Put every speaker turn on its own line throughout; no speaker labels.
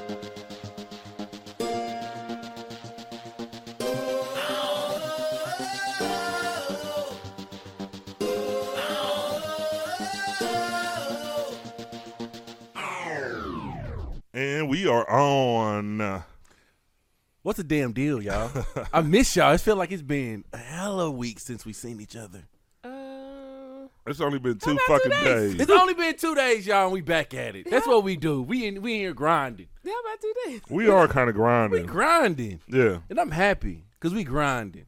Uh,
man. We are on. Uh,
What's the damn deal, y'all? I miss y'all. It feel like it's been a hella week since we seen each other.
Uh,
It's only been two
about two
fucking
days?
days.
It's only been two days, y'all, and we back at it. That's
Yeah.
what we do. We in we in here grinding.
yeah, about two days.
We are kind of
We
grinding.
grinding.
yeah.
And I'm happy because we grinding.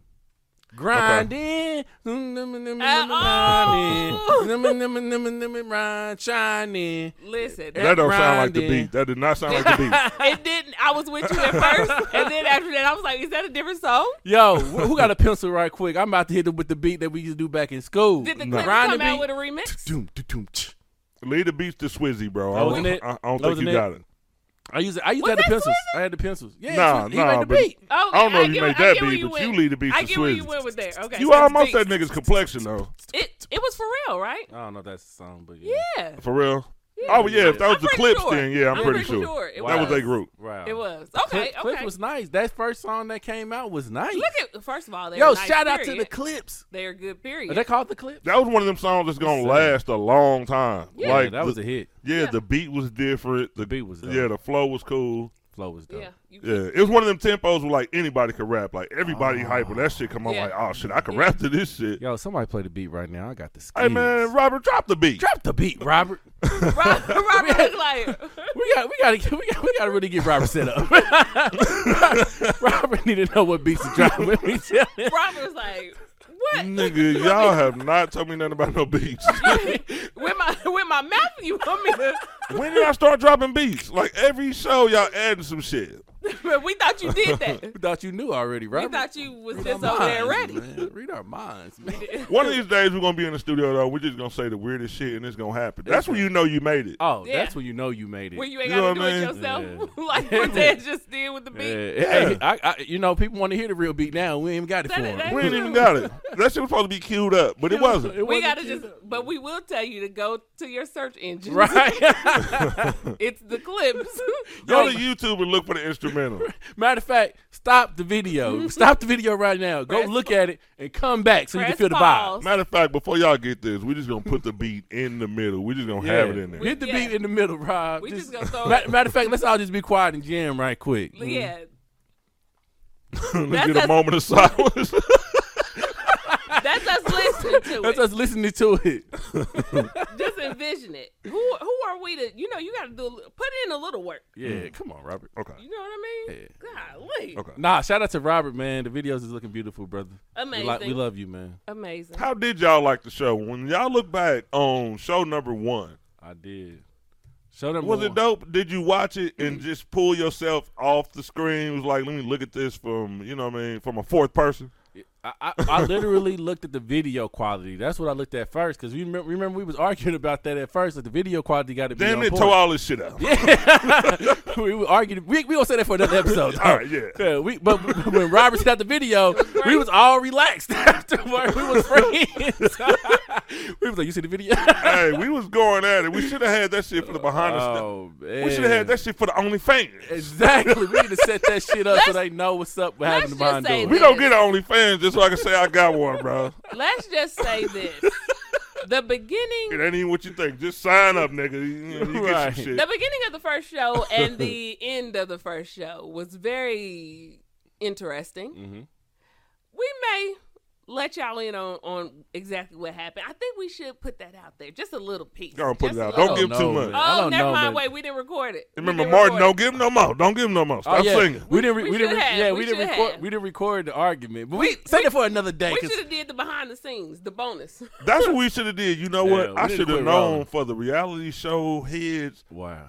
Grinding.
Uh-oh.
Grinding. Shining.
Listen,
That don't sound like the
grinding.
beat. That did not sound like the beat.
it didn't. I was with you at first, and then after that, I was like, "Is that a different song?"
Yo, wh- who got a pencil right quick? I'm about to hit them with the beat that we used to do back in school.
Did the
No.
clip
Grinding
come out
beat.
with a remix?
Doom, doom, doom, tch.
Lead the beats to Swizzy, bro. I
That
don't,
wasn't it.
I, I don't
That
think you
wasn't it.
got it.
I used to, I used
Was
to have the
that
pencils.
Swizzy?
I had the pencils. Yeah,
Nah,
Swizzy- he
nah,
made the
but-
beat.
Oh,
I don't know if
get what-
you made
I
that
get where
beat, but
went.
you lead the beats
I
to
get where you
Swizzy.
went with there. Okay,
You
so
almost
the
that
beat-
nigga's complexion though.
It it was for real, right?
I don't know if that's the song, but yeah.
Yeah.
For real. Oh yeah, if that was
I'm
the
pretty
clips,
sure.
then yeah, I'm, pretty, sure.
It
That was
was
a group.
Wow.
It was
Clip,
okay.
Clip
Okay.
was nice. That first song that came out was nice.
Look at first of all, they're
Yo,
nice,
shout out to
period.
the Oh, Clips.
They're good.
Are
Period.
they called the Clips?
That was one of them songs that's gonna
Listen.
last a long time.
Yeah.
like
that was
the,
a hit.
yeah,
Yeah.
the beat was different. The
beat was dope.
yeah, the flow was cool.
Flow was dope.
yeah. You,
Yeah, it was one of them tempos where like anybody could rap. Like everybody hype when that shit come on.
Yeah.
Like oh shit, I can rap to this shit.
Yo, somebody play the beat right now. I got the skills.
Hey man, Robert, drop the beat.
drop the beat, Robert.
Robert, Robert looked like
We got, we got to, we got, we got to really get Robert set up. Robert need to know what beats to drop. Let me tell you.
Robert was like, what?
Nigga, y'all have not told me nothing about no beats.
with my with my mouth, you want me to?
when did I start dropping beats? Like every show, y'all adding some shit.
But we thought you did that.
We thought you knew already,
We
Robert.
thought you was
Read
just
our
over there ready.
minds, man. Read our minds, man.
One of these days, we're gonna be in the studio though. We're just gonna say the weirdest shit, and it's gonna happen. That's when you know you made it.
Oh,
Yeah.
that's when you know you made it.
Where you ain't
You
gotta
know
do
what I
it
mean?
yourself, like Cortez just did with the
yeah,
beat.
Hey, I, I, you know, people want to hear the real beat now. We ain't even got it
That-
for 'em.
that-
We ain't even got it. That shit was supposed to be queued up, but it wasn't.
It
We
wasn't
gotta
cute.
just, but we will tell you to go to your search engine.
right.
it's the clips.
Go to YouTube and look for the instrumental.
Matter of fact, stop the video. Stop the video right now. Go
Press
look at it and come back so you can
Press
feel the vibe.
pause.
Matter of fact, before y'all get this, we're just gonna put the beat in the middle. We're just gonna have it in there.
Hit the
Yeah.
beat in the middle, Rob.
We just gonna throw
matter,
it-
matter of fact, let's all just be quiet and jam right quick.
yeah,
Let's
That's
get a
us-
moment of silence.
that's us listening to
That's
it.
us listening to it.
Just envision it. Who who are we to? You know, you gotta do a li- put in a little work.
Yeah,
Mm.
come on, Robert.
okay.
You know what I mean? Golly,
Okay.
Nah, shout out to Robert, man. The videos is looking beautiful, brother. We, like,
Amazing.
we love you, man.
amazing.
How did y'all like the show? When y'all look back on show number one,
I did. Show them.
was it dope? Did you watch it and just pull yourself off the screen? Was like, let me look at this from you know what I mean from a fourth person.
I, I, I literally looked at the video quality. That's what I looked at first because we remember, remember we was arguing about that at first. That the video quality got to be
Damn
on
it,
point.
tore all this shit out.
we were arguing. We we gonna say that for another episode.
All right, yeah.
we but when Robert sent out the video, we was all relaxed afterward. We was friends. we was like, you see the video?
hey, we was going at it. We should have had that shit for the behind the scenes.
oh man,
We should have had that shit for the OnlyFans.
Exactly. We need to set that shit up so they know what's up. What happened
let's
to behind
just say
doors.
We don't get an OnlyFans just so I can say I got one, bro.
Let's just say this: the beginning
It ain't even what you think. Just sign up, nigga. You, you
Right.
get some shit.
the beginning of the first show and the end of the first show was very interesting.
Mm-hmm.
Mhm.
We may let y'all in on, on exactly what happened. I think we should put that out there, just a little piece.
Go on, put
Just
it
a
out.
little-
Don't give
I
too
don't
much.
know, man. I
Oh,
don't
never
know,
mind.
man.
Wait, we didn't record it. We
Remember,
didn't
Martin,
record
don't
it.
give him no more. Don't give him no more. Stop
oh, yeah.
singing.
We didn't. Re-
We
we, didn't.
should have.
Yeah, we,
We
didn't
should
record.
have.
We didn't record the argument, but we, say that for another day.
We
'cause-
should have did the behind the scenes, the bonus.
That's what we should have did. You know what?
Yeah, we
I
need to
should have
quit
known
rolling.
for the reality show heads.
wow.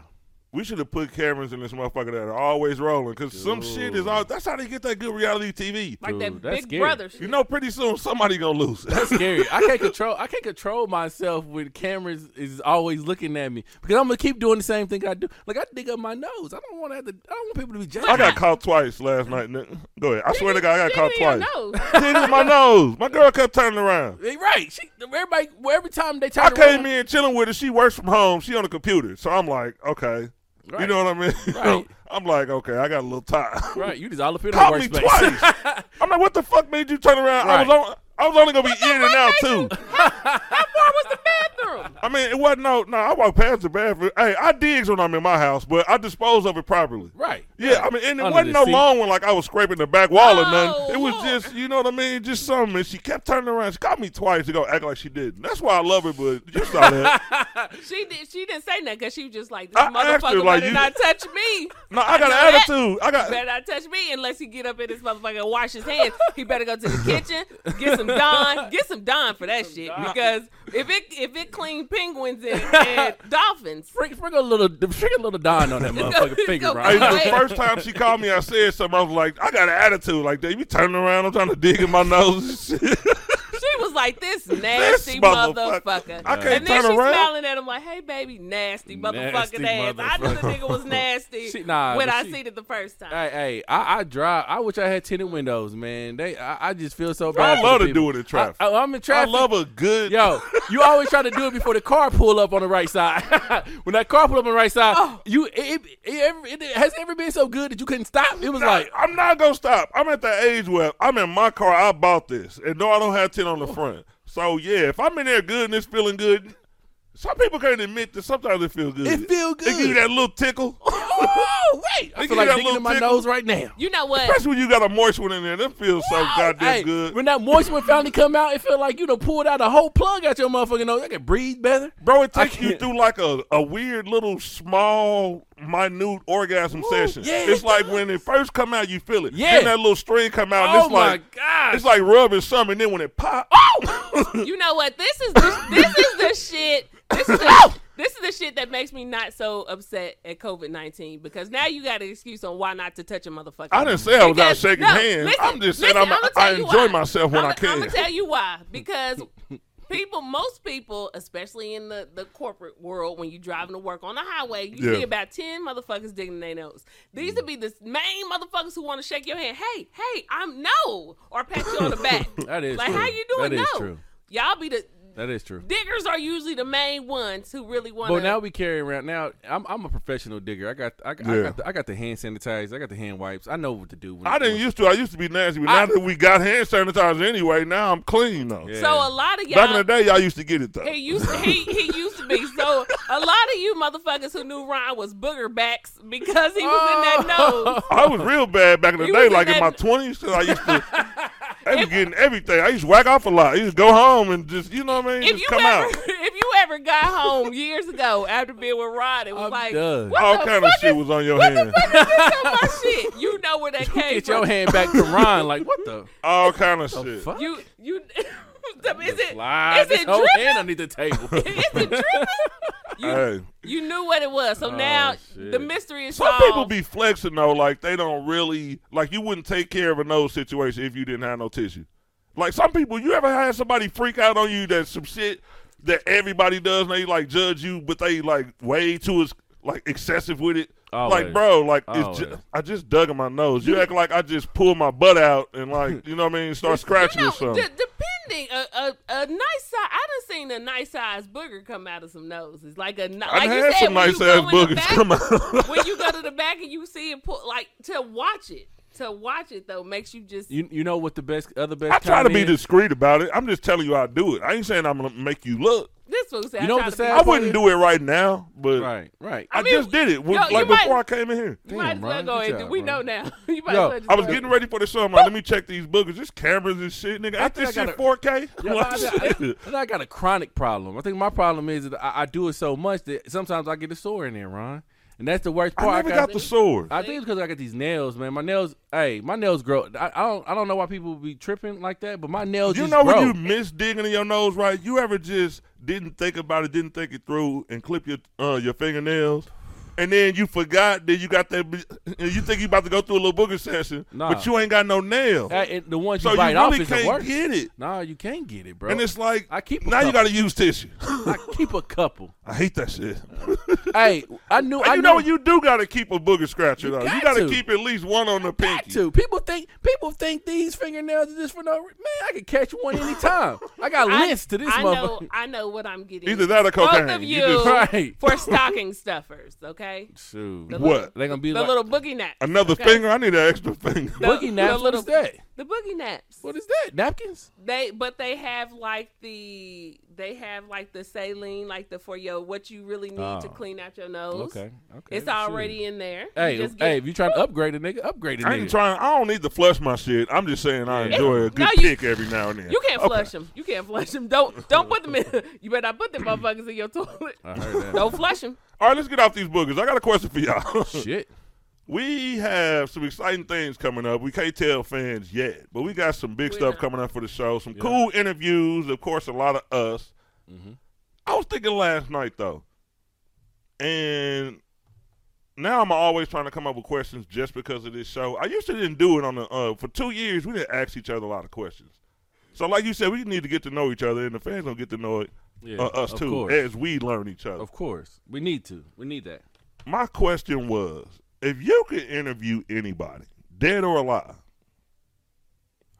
We should have put cameras in this motherfucker that are always rolling because some shit is all. That's how they get that good reality TV.
Like
Dude,
that
that's
Big
scary.
Brother shit.
You know, pretty soon somebody gonna lose. it.
That's scary. I can't control. I can't control myself when cameras is always looking at me because I'm gonna keep doing the same thing I do. Like I dig up my nose. I don't want to have to. I don't want people to be judging.
I got caught twice last night. nigga. Go ahead. I swear to God, I got
Shit
caught
in your
twice.
nose.
Did it in my nose. My girl kept turning around.
They right. She, everybody. well, Every time they turn
I came
around-
in chilling with her. She works from home. She on the computer. So I'm like, okay. You
Right.
know what I mean?
Right.
I'm like, okay, I got a little time.
Right. You just all up in the
Caught me
workspace.
twice. I'm like, what the fuck made you turn around? I was
Right.
on. I was only gonna be in and out too.
How far was the bathroom?
I mean, it wasn't no. No, I walked past the bathroom. Hey, I digs when I'm in my house, but I dispose of it properly.
Right.
Yeah, I mean, and it
Under
wasn't
the
no
seat.
long one like I was scraping the back wall or nothing.
Oh,
It was
Lord.
just, you know what I mean, just something. And she kept turning around. She called me twice to go act like she didn't. That's why I love it. But you saw that.
She did. She didn't say nothing because she was just like, "This
I asked her,
motherfucker
like,
better
you-
not touch me.
no, I got
know
an
that.
attitude. I got.
Better not touch me unless he get up in this motherfucker and wash his hands. He better go to the kitchen, get some Dawn, get some Dawn for that shit. Because if it if it clean penguins and, and dolphins,
Bring, bring a little, bring a little Don on that motherfucking
go-
finger,
go-
Hey,
right?
I-
the first time she called me, I said something. I was like, I got an attitude. Like, they be turning around. I'm trying to dig in my nose. and shit.
she was like this
This
nasty
motherfucker.
motherfucker.
I can't
and then
turn
she's
around.
smiling at him like, "Hey, baby, nasty motherfucking
Nasty
ass. I knew the
motherfucker.
nigga was nasty
She- nah,
when
but
I
she-
seen it the first time."
Hey, hey, I, I drive. I wish I had tinted windows, man. They, I, I just feel so bad.
I
for
love
the
to
people.
do it in traffic.
I, am in
I
traffic.
love a good.
Yo, you always try to do it before the car pull up on the right side. when that car pull up on the right side, you it, it, it, ever- it, has it ever been so good that you couldn't stop? It was
Nah,
like
I'm not gonna stop. I'm at the age where I'm in my car. I bought this, and no, I don't have ten on the front. So yeah, if I'm in there good and it's feeling good, some people can't admit that sometimes it feels good.
It feel
It give you
good.
that little tickle,
oh wait, I
Think
feel
you got
like
a
digging
little
in my
tickle?
nose right now.
you know what?
especially when you got a moist one in there. That feels so goddamn
Hey,
good,
when that moisture would finally come out, it felt like you done pulled out a whole plug out your motherfucking nose. I could breathe better.
bro. It
I
takes you
can't-
through like a, a weird little small minute orgasm session.
yeah,
it's
it
like when it first come out, you feel it.
Yeah.
then that little string come out. and
Oh
it's
my
like,
gosh.
It's like rubbing something, and then when it pop, oh.
You know what? This is the, this is the shit. This is the, this is the shit that makes me not so upset at COVID nineteen because now you got an excuse on why not to touch a motherfucker.
I didn't say I was out
Because-
shaking
no,
hands.
listen,
I'm just saying
listen,
I'm,
I'ma
I
tell you
enjoy
why.
myself when
I'ma-
i can.
I'ma tell you why because people, most people, especially in the, the corporate world, when you're driving to work on the highway, you
Yeah. Mm.
see about ten motherfuckers digging their nose. These would be the main motherfuckers who want to shake your hand. Hey, hey, I'm no, or pat you on the back.
That is
like
true.
how you doing?
That is
no,
true.
y'all be the
That is true.
diggers are usually the main ones who really want to.
But now we carry around. Now I'm I'm a professional digger. I got I, I
Yeah.
got the, I got the hand sanitizer. I got the hand wipes. I know what to do. When,
I didn't
when-
used to. I used to be nasty, but
I-
now that we got hand sanitizer anyway, now I'm clean though.
Yeah.
so a lot of
Back in the
y'all.
day, y'all used to get it though.
He used to, he he used to be so. A lot of you motherfuckers who knew Ron was booger backs because he was in that
Oh.
nose.
I was real bad back in the
You
day,
was
like in
in
my
that-
twenties. I used to. I was getting everything. I used to whack off a lot. I used to go home and just, you know what I mean,
If
just
you
come
ever
out.
if you ever got home years ago after being with Ron, it was
I'm
like
done.
what
All
the
kind of
fuck
shit
is
was on your hand.
this on my shit? You know where that came
Get
from.
your hand back to Ron. Like what the
All kind of shit.
fuck?
You you is it
Slide
is
this
it
whole
dripping?
hand underneath the table.
Is it dripping? You
Hey,
you knew what it was, so
Oh,
now
shit.
the mystery is
some
solved.
people be flexing though, like they don't really like. You wouldn't take care of a nose situation if you didn't have no tissue. Like some people, you ever had somebody freak out on you that some shit that everybody does, and they like judge you, but they like way too ex- like excessive with it. Like
Always.
bro, like it's ju-
Always.
I just dug in my nose. You act like I just pulled my butt out and like you know what I mean, start scratching
You know,
or something.
de- depending a, a, a nice size. I done seen a nice size booger come out of some noses, like a ni-
I
like
done
you
had
said,
some
when
nice
you
ass
go in the
boogers
back,
come out.
when you go to the back and you see it, pull, like to watch it, to watch it though makes you just.
You you know what the best other best.
I try to be
comment is?
discreet about it. I'm just telling you I do it. I ain't saying I'm gonna make you look.
this was
You
I
know what the
tried to be-
sad
I
That's what
wouldn't
it-
do it right now, but
Right, right.
I,
I mean,
just did it when,
yo, you
like
might-
before I came in here.
You might as
Damn,
well
Ron,
go
good
ahead.
job,
We
Ron.
know now. You might
Yo,
as well just
I was
go
getting ready for the show. I'm like, let me check these boogers. There's cameras and shit, nigga. Ain't
think
this
I
shit
gotta-
4K?
Yeah,
Like,
I,
shit.
I- I- I got a chronic problem. I think my problem is that I, I do it so much that sometimes I get a sore in there, Ron, and that's the worst
I
part.
never got the sword.
I think it's because I got these nails, man. My nails, hey, my nails grow. I, I don't, I don't know why people be tripping like that, but my nails.
You
just
know
grow.
when you miss digging in your nose, right? You ever just didn't think about it, didn't think it through, and clip your uh, your fingernails, and then you forgot that you got that. b- And you think you about to go through a little booger session,
Nah.
but you ain't got no nail,
Hey, and the ones
so
you
you
bite
really
off is the
can't
worst.
get it.
Nah, you can't get it, bro.
And it's like
I keep a
now you
couple.
got to use tissue.
I keep a couple.
I hate that shit.
hey, I knew.
And
I
you
knew,
know you do gotta keep a booger scratcher though.
got
you gotta
to.
keep at least one on the
Got
pinky.
to. People think people think these fingernails are just for no reason. Man, I could catch one anytime. I got
I-
links to this
I
motherfucker.
know, I know what I'm getting.
Either that or cocaine.
Both of
You
you
just-
Right.
for stocking stuffers, okay?
Shoot.
The
What?
They gonna be
The
like
little boogie naps.
Another
okay?
finger? I need an extra finger.
The-
boogie naps.
the
what is that?
The boogie naps.
What is that? Napkins?
They but they have like the they have like the saline like the for your what you really need to
Oh.
clean out your nose.
Okay. Okay.
It's
shit.
already in there. You
Hey,
just
hey!
get-
If you trying to upgrade a nigga, upgrade a
I
nigga.
ain't trying. I don't need to flush my shit. I'm just saying I
Yeah.
enjoy a good
No, you-
kick every now and then.
you can't flush them. You can't flush them. Don't don't put them in. You better not put them motherfuckers in your toilet.
I heard that.
Don't flush them.
Oh,
All right, let's get off these boogers. I got a question for y'all.
shit.
we have some exciting things coming up. We can't tell fans yet, but we got some big
We're
stuff
not.
coming up for the show. Some cool interviews, of course, a lot of us.
Mm-hmm.
I was thinking last night though, and now I'm always trying to come up with questions just because of this show. I used to didn't do it on the uh, for two years. We didn't ask each other a lot of questions. So, like you said, we need to get to know each other, and the fans gonna get to know it,
Yeah.
uh, us
of
too,
Course.
as we learn each other.
Of course, we need to. We need that.
My question was if you could interview anybody, dead or alive,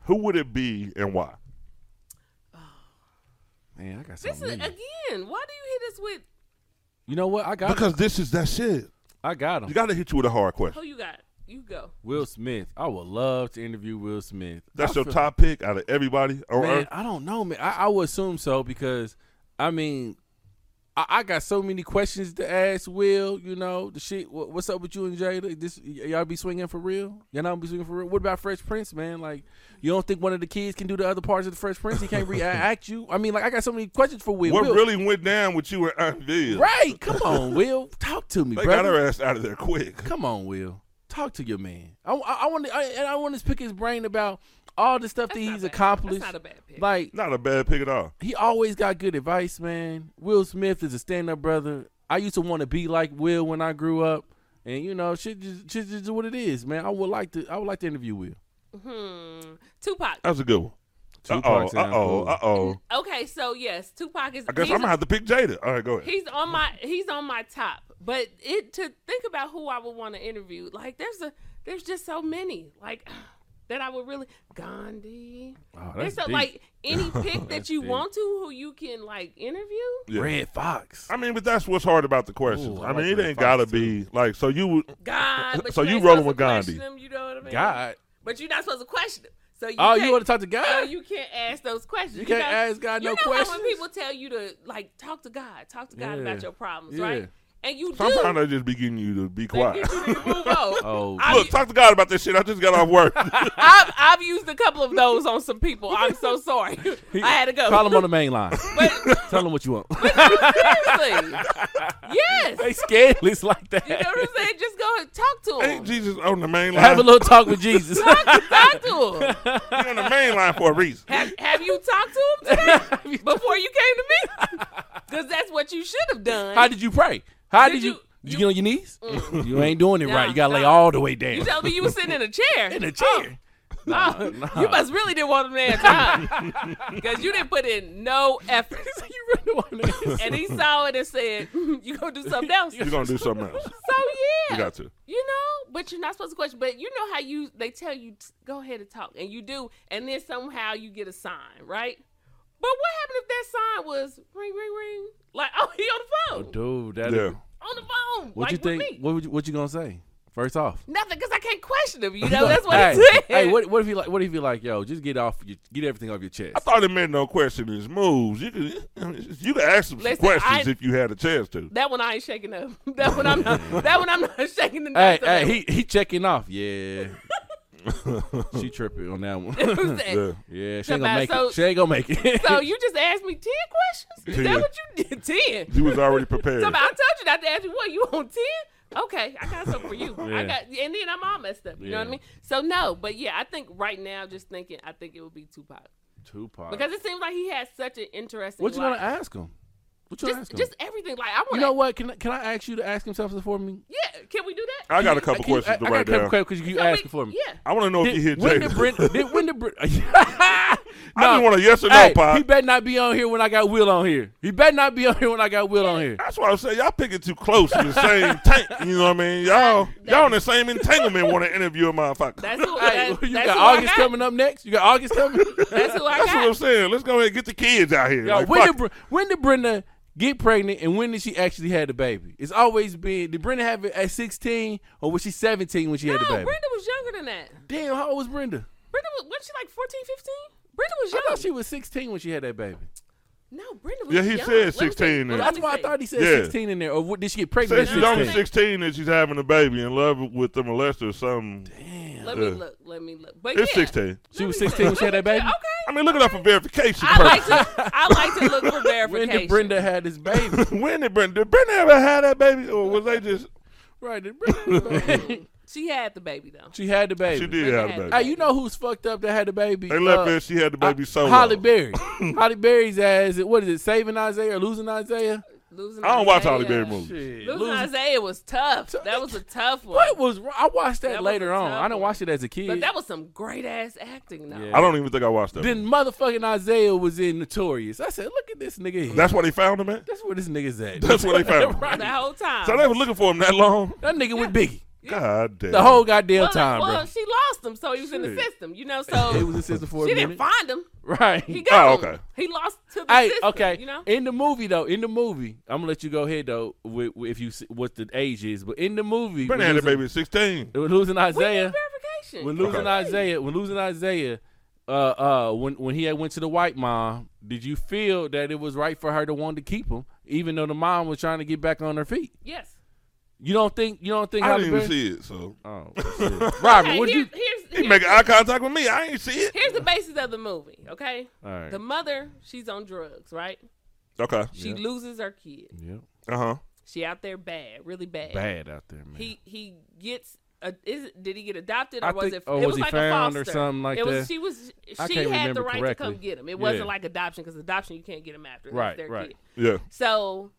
who would it be and why?
Man, I got
This
something.
is
in me.
uh, again. Why do you hit us
you know what? I got.
Because this is that shit.
I got him.
You got to hit you with a hard
with who
question.
you got? You go.
Will Smith. I would love to interview Will Smith.
That's
I
your
feel-
top pick out of everybody on
Man,
earth.
I don't know, man. I, I would assume so because, I mean, I, I got so many questions to ask Will. You know, the shit. What, what's up with you and Jada? This y- y'all be swinging for real? Y'all not be swinging for real? What about Fresh Prince, man? Like, you don't think one of the kids can do the other parts of the Fresh Prince? He can't react you. I mean, like, I got so many questions for Will.
What
Will-
really went down with you and Aunt Viv?
Right? Come on, Will. Talk to me,
They
brother.
got her ass out of there quick.
Come on, Will. Talk to your man. I, I, I want to, I, and I want to pick his brain about all the stuff that
not
he's
bad.
accomplished.
That's not a bad pick.
Like
Not a bad pick at all.
he always got good advice, man. Will Smith is a stand-up brother. I used to want to be like Will when I grew up, and you know, shit just, shit just is what it is, man. I would like to, I would like to interview Will.
Hmm. Tupac.
That's a good one. Uh oh,
Tupac
uh
sound
oh,
cool.
uh oh.
Okay, so yes, Tupac is.
I guess
he's
I'm going to have to pick Jada. All right, go ahead.
he's on my he's on my top but it to think about who i would want to interview like there's a there's just so many like that i would really gandhi
Wow,
there's
Oh, that's
so,
deep.
like any pick that you
deep.
want to who you can like interview
Yeah.
Red Fox.
I mean, but that's what's hard about the questions.
Ooh,
I
I
mean,
like
it
Red
ain't
Fox,
got to
too.
be like, so you would.
god but
So you
ain't
rolling
supposed
with
to
Gandhi.
question him, you know what i mean
God.
but you're not supposed to question him so you
Oh,
can't-
you want to talk to
so
God?
you can't ask those questions.
You can't
know-
ask God
you
no
know How
questions?
when people tell you to like talk to God, talk to God
Yeah.
about your problems,
Yeah.
right? And you do.
Sometimes I just be getting you to be
They
quiet.
get you to move on.
Oh,
I-
Look, talk to God about this shit. I just got off work.
I've, I've used a couple of those on some people. I'm so sorry. I had to go.
call him on the main line.
But
Tell him what you want.
seriously, yes.
they scandalous like that.
You know what I'm saying? Just go and talk to
Ain't
him.
Jesus on the main line?
Have a little talk with Jesus.
Talk to him.
He on the main line for a reason.
Have, have you talked to him today before you came to me? Because that's what you should have done.
How did you pray? How did,
Did
you,
you-
did you get on your knees? You ain't doing it
Nah,
right. You gotta lay
nah.
all the way down.
you told me you were sitting in a chair.
in a chair.
Oh, You must really didn't want him there time because you didn't put in no effort.
you really want this.
And he saw it and said, mm, "You gonna do something else?"
You're gonna do something else.
So yeah,
You got to.
You know, but you're not supposed to question. But you know how you they tell you "T- go ahead and talk, and you do, and then somehow you get a sign, right? But what happened if that sign was ring, ring, ring? Like, oh, he on the phone,
Dude, that
Yeah.
on the phone.
What
like,
you think?
With me.
What would you, what you gonna say? First off,
Nothing, because I can't question him. You know, that's what
hey,
it said.
Hey, what, what if you like? What if you like? Yo, just get off. Your, get everything off your chest.
I thought it meant no question. His moves. You could you could ask him some
Listen,
questions
I-
if you had a chance to.
That one I ain't shaking up. That one I'm not. that one I'm not shaking the.
hey,
nuts of
hey,
it.
he he checking off. Yeah, she tripping on that one.
Who's that?
Yeah.
yeah, she ain't
Somebody-
gonna make
so-
it. She ain't gonna make it.
So you just asked me ten questions? Is
Yeah.
that what you did? Ten.
You was already prepared.
Somebody, I told you not to ask me what you on ten. Okay, I got something for you. I
Yeah.
got, and then I'm all messed up. You know what
Yeah.
I mean? So no, but yeah, I think right now, just thinking, I think it would be Tupac
Tupac.
because it seems like he has such an interesting.
Uh, what you
life.
gonna ask him? What you gonna ask
Just,
him?
just everything. Like I want.
you know what? Can I- can I ask you to ask him something for me?
Yeah, can we do that?
I got a couple
Can you-
questions
I,
to
I
write
got a couple
down.
questions. Could you
Can
ask
we-
it for me?
Yeah.
I want to know if you hit
when did
Jada.
Brent? Did when did Brent?
I just want a yes or no,
Hey,
Pop.
he better not be on here when I got Will on here. He better not be on here when I got Will on here.
That's why I'm saying y'all picking too close to the same tank. You know what I mean? Y'all y'all in the same entanglement want to interview a motherfucker.
That's who.
Hey,
that's,
you
Oh, that's
got
who I
August coming up next. You got August coming.
That's who I
That's what I'm
got.
saying. Let's go ahead and get the kids out here.
Yo,
Like,
when
fuck
did Br- when did Brenda get pregnant and when did she actually had the baby? It's always been did Brenda have it at sixteen or was she seventeen when she had
No,
the baby?
Brenda was younger than that.
Damn, how old was Brenda?
Brenda was was she like 14, 15? Brenda was
I
young.
thought she was sixteen when she had that baby.
no, Brenda was
Yeah, he
young.
said
Let me
16
see.
then.
Let
That's
me
why I
see.
thought he said
Yeah.
sixteen in there. Or what, did she get pregnant?
Says
at
she's only
16?
16 and she's having a baby in love with the molester or something.
Let me
Yeah.
look. Let me look. But
It's
yeah,
16.
She
let
was
me
16 when
look.
she had that
Okay,
baby?
I
Okay.
mean, looking up for verification.
I like
purposes.
to. I like to look for
When
verification.
did Brenda had this baby?
when did Brenda, did Brenda ever have that baby? Or was they just,
right, did Brenda had the baby?
She had the baby though.
she had the baby.
she did
Brenda
have
had
the
it.
baby.
Hey, you know who's fucked up that had the baby?
They left
Uh,
her, she had the baby solo.
Holly Berry. Holly Berry's ass. What is it? Saving Isaiah or losing Isaiah?
Losing
I don't watch
Isaiah.
Holly Berry movies.
Shit.
Losing
Losing-
Isaiah was tough. That was a tough one.
What was wrong? I watched that,
That was
later
a
on.
tough
I didn't
one.
watch it as a kid.
But that was some great ass acting though.
Yeah.
I don't even think I watched that.
then motherfucking Isaiah was in Notorious. I said, look at this nigga here.
That's why they found him at?
That's where this nigga's at.
That's where they found him.
Right.
The whole time.
So they were looking for him that long?
That nigga with Biggie.
God damn.
The whole goddamn
well,
time,
well,
bro.
she lost him, so he was in the
Shit.
system, you know. So
It was a sister for
she
a minute.
didn't find him.
right.
He got
Oh,
him.
okay.
He lost to the
Hey,
system.
okay.
You know.
In the movie though, in the movie, I'm gonna let you go ahead though. With, with if you see what the age is, but in the movie,
Brenda had
when
a
losing-
baby at 16.
when losing
we need
Isaiah,
verification.
when losing
Okay.
Isaiah, when losing Isaiah, uh, uh, when when he had went to the white mom, did you feel that it was right for her to want to keep him, even though the mom was trying to get back on her feet?
yes.
You don't think you don't think
I
Halle
didn't even see
Berry-
it, so.
Oh, shit. Robert,
Okay,
what did you?
here's, here's,
He
here's,
making eye contact with me. I ain't see it.
here's the basis of the movie. Okay.
All right.
The mother, she's on drugs, right?
Okay.
She
Yeah.
loses her kid.
Yep.
Uh huh.
She out there bad, really bad.
Bad out there, man.
He he gets. A, is, did he get adopted or
I
was
think-
it?
or
it
was
was
he
like
found
a
or
foster.
something like
it was,
that?
She was.
I
She
can't
had
remember
the right to
correctly.
come get him. It
Yeah.
wasn't like adoption because adoption you can't get him after. That's
Right,
their
right.
kid.
Yeah.
So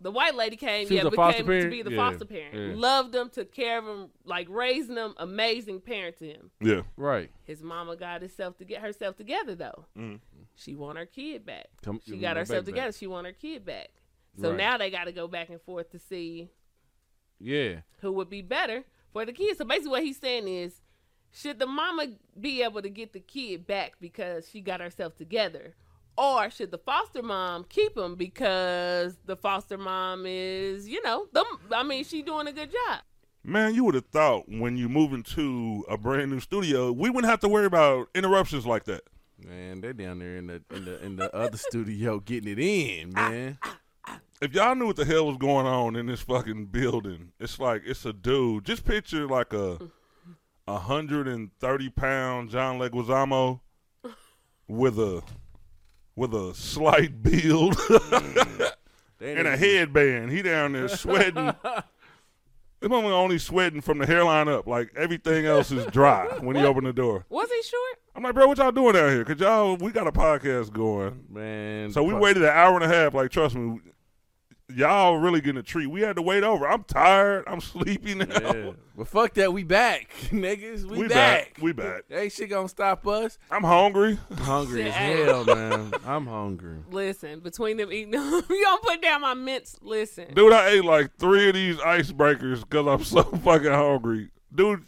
the white lady came,
She was
yeah,
a foster
became to
parent?
be the
Yeah,
foster parent.
yeah.
Loved him, took care of him, like raising him, amazing parent to him.
Yeah.
Right.
His mama got herself to get herself together though.
Mm.
Mm-hmm.
She want her kid back.
Come-
she got
my
herself
baby back.
together. She want her kid back. So
Right.
now they got to go back and forth to see
Yeah.
who would be better for the kid. So basically, what he's saying is, should the mama be able to get the kid back because she got herself together, or should the foster mom keep him because the foster mom is, you know, the, I mean, she doing a good job.
Man, you would have thought when you move into a brand new studio, we wouldn't have to worry about interruptions like that.
Man, they down there in the in the in the other studio getting it in, man.
If y'all knew what the hell was going on in this fucking building, it's like it's a dude. Just picture like a a hundred and thirty pound John Leguizamo with a with a slight build
They ain't
and a
even-
headband. He down there sweating. This moment only sweating from the hairline up. Like everything else is dry when he opened the door.
Was he short?
I'm like, bro, what y'all doing out here? Cause y'all, we got a podcast going.
Man.
So we
fuck.
waited an hour and a half. Like, trust me, y'all really getting a treat. We had to wait over. I'm tired. I'm sleepy now.
Yeah. But fuck that, we back, niggas. We,
We
back.
back. We back.
Ain't shit gonna stop us.
I'm hungry.
I'm hungry as
Hey.
hell, man. I'm hungry.
Listen, between them eating, you don't put down my mints. Listen,
Dude, I ate like three of these icebreakers because I'm so fucking hungry. Dude,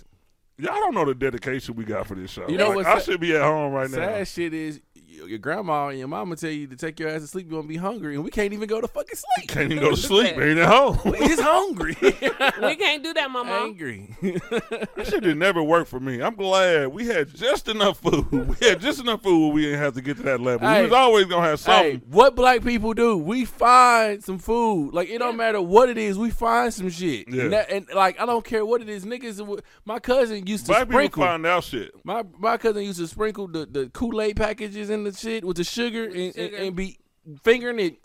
y'all don't know the dedication we got for this show.
You know
Like,
what's
I
sad-
should be at home right now.
Sad shit is y- your grandma and your mama tell you to take your ass to sleep. You gonna be hungry, and we can't even go to fucking sleep.
Can't even go to sleep.
Sad.
Ain't Oh, at home.
We just hungry,
we can't do that, mama.
angry.
That shit did never work for me. I'm glad we had just enough food. We had just enough food where we didn't have to get to that level.
Hey.
We was always gonna have something.
Hey, what black people do? We find some food. Like it don't
Yeah.
matter what it is, we find some shit.
Yeah.
And, that- and, like I don't care what it is, niggas. w- My cousin used to
Black
sprinkle.
people find out shit.
my my cousin used to sprinkle the, the Kool Aid packages in the shit with the sugar, and, and-
sugar.
and be fingering it.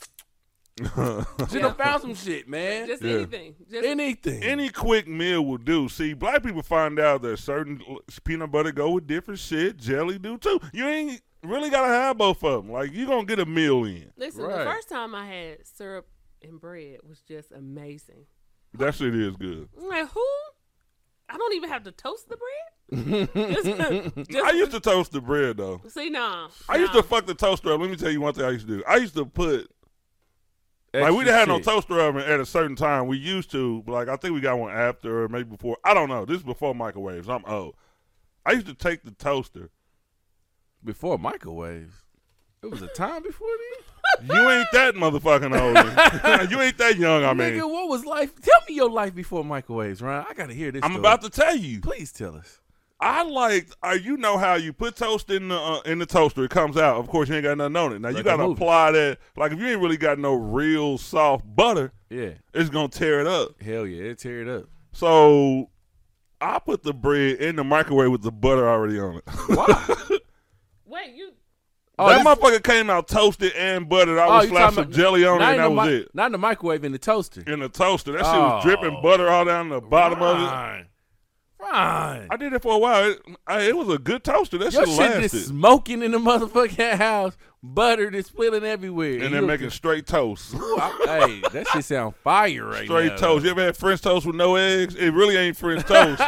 She
Yeah.
done found some shit, man.
Just
Yeah.
anything. Just
anything.
Any quick meal will do. See, black people find out that certain l- peanut butter go with different shit. Jelly do too. You ain't really gotta have both of them. Like you gonna get a meal in.
listen.
Right.
The first time I had syrup and bread was just amazing.
That shit is good.
I'm like, who? I don't even have to toast the bread.
I used to toast the bread though.
See, nah.
I used
nah.
to fuck the toaster up. Let me tell you one thing I used to do. I used to put like we didn't have no toaster oven at a certain time. We used to, but like I think we got one after or maybe before. I don't know. This is before microwaves. I'm old. I used to take the toaster.
before microwaves. It was a time before then.
You ain't that motherfucking old. you ain't that young. I mean,
Nigga, what was life? Tell me your life before microwaves, Ron. I gotta hear this.
I'm
story.
about to tell you.
Please tell us.
I liked. Uh, you know how you put toast in the uh, in the toaster, it comes out. Of course, you ain't got nothing on it. Now you
Like a
got to
movie.
apply that. Like if you ain't really got no real soft butter,
Yeah,
it's gonna tear it up.
hell yeah, it tear it up.
So I put the bread in the microwave with the butter already on it.
Wait, you.
Oh,
that
this-
motherfucker came out toasted and buttered. I
oh,
would
you
slap
talking
some
about-
jelly on it, and
not in
that
the
was
mi-
it.
Not in the microwave, in the toaster.
In the toaster, that shit was dripping
Oh.
butter all down the bottom of it.
Ron. Ron.
I did it for a while. It, I, it was a good toaster. That
Your
shit
shit
lasted.
is smoking in the motherfucking house. Butter is spilling everywhere.
and they're
you-
making straight toast.
hey, that shit sound fire right
Straight
now.
toast. You ever had French toast with no eggs? It really ain't French toast.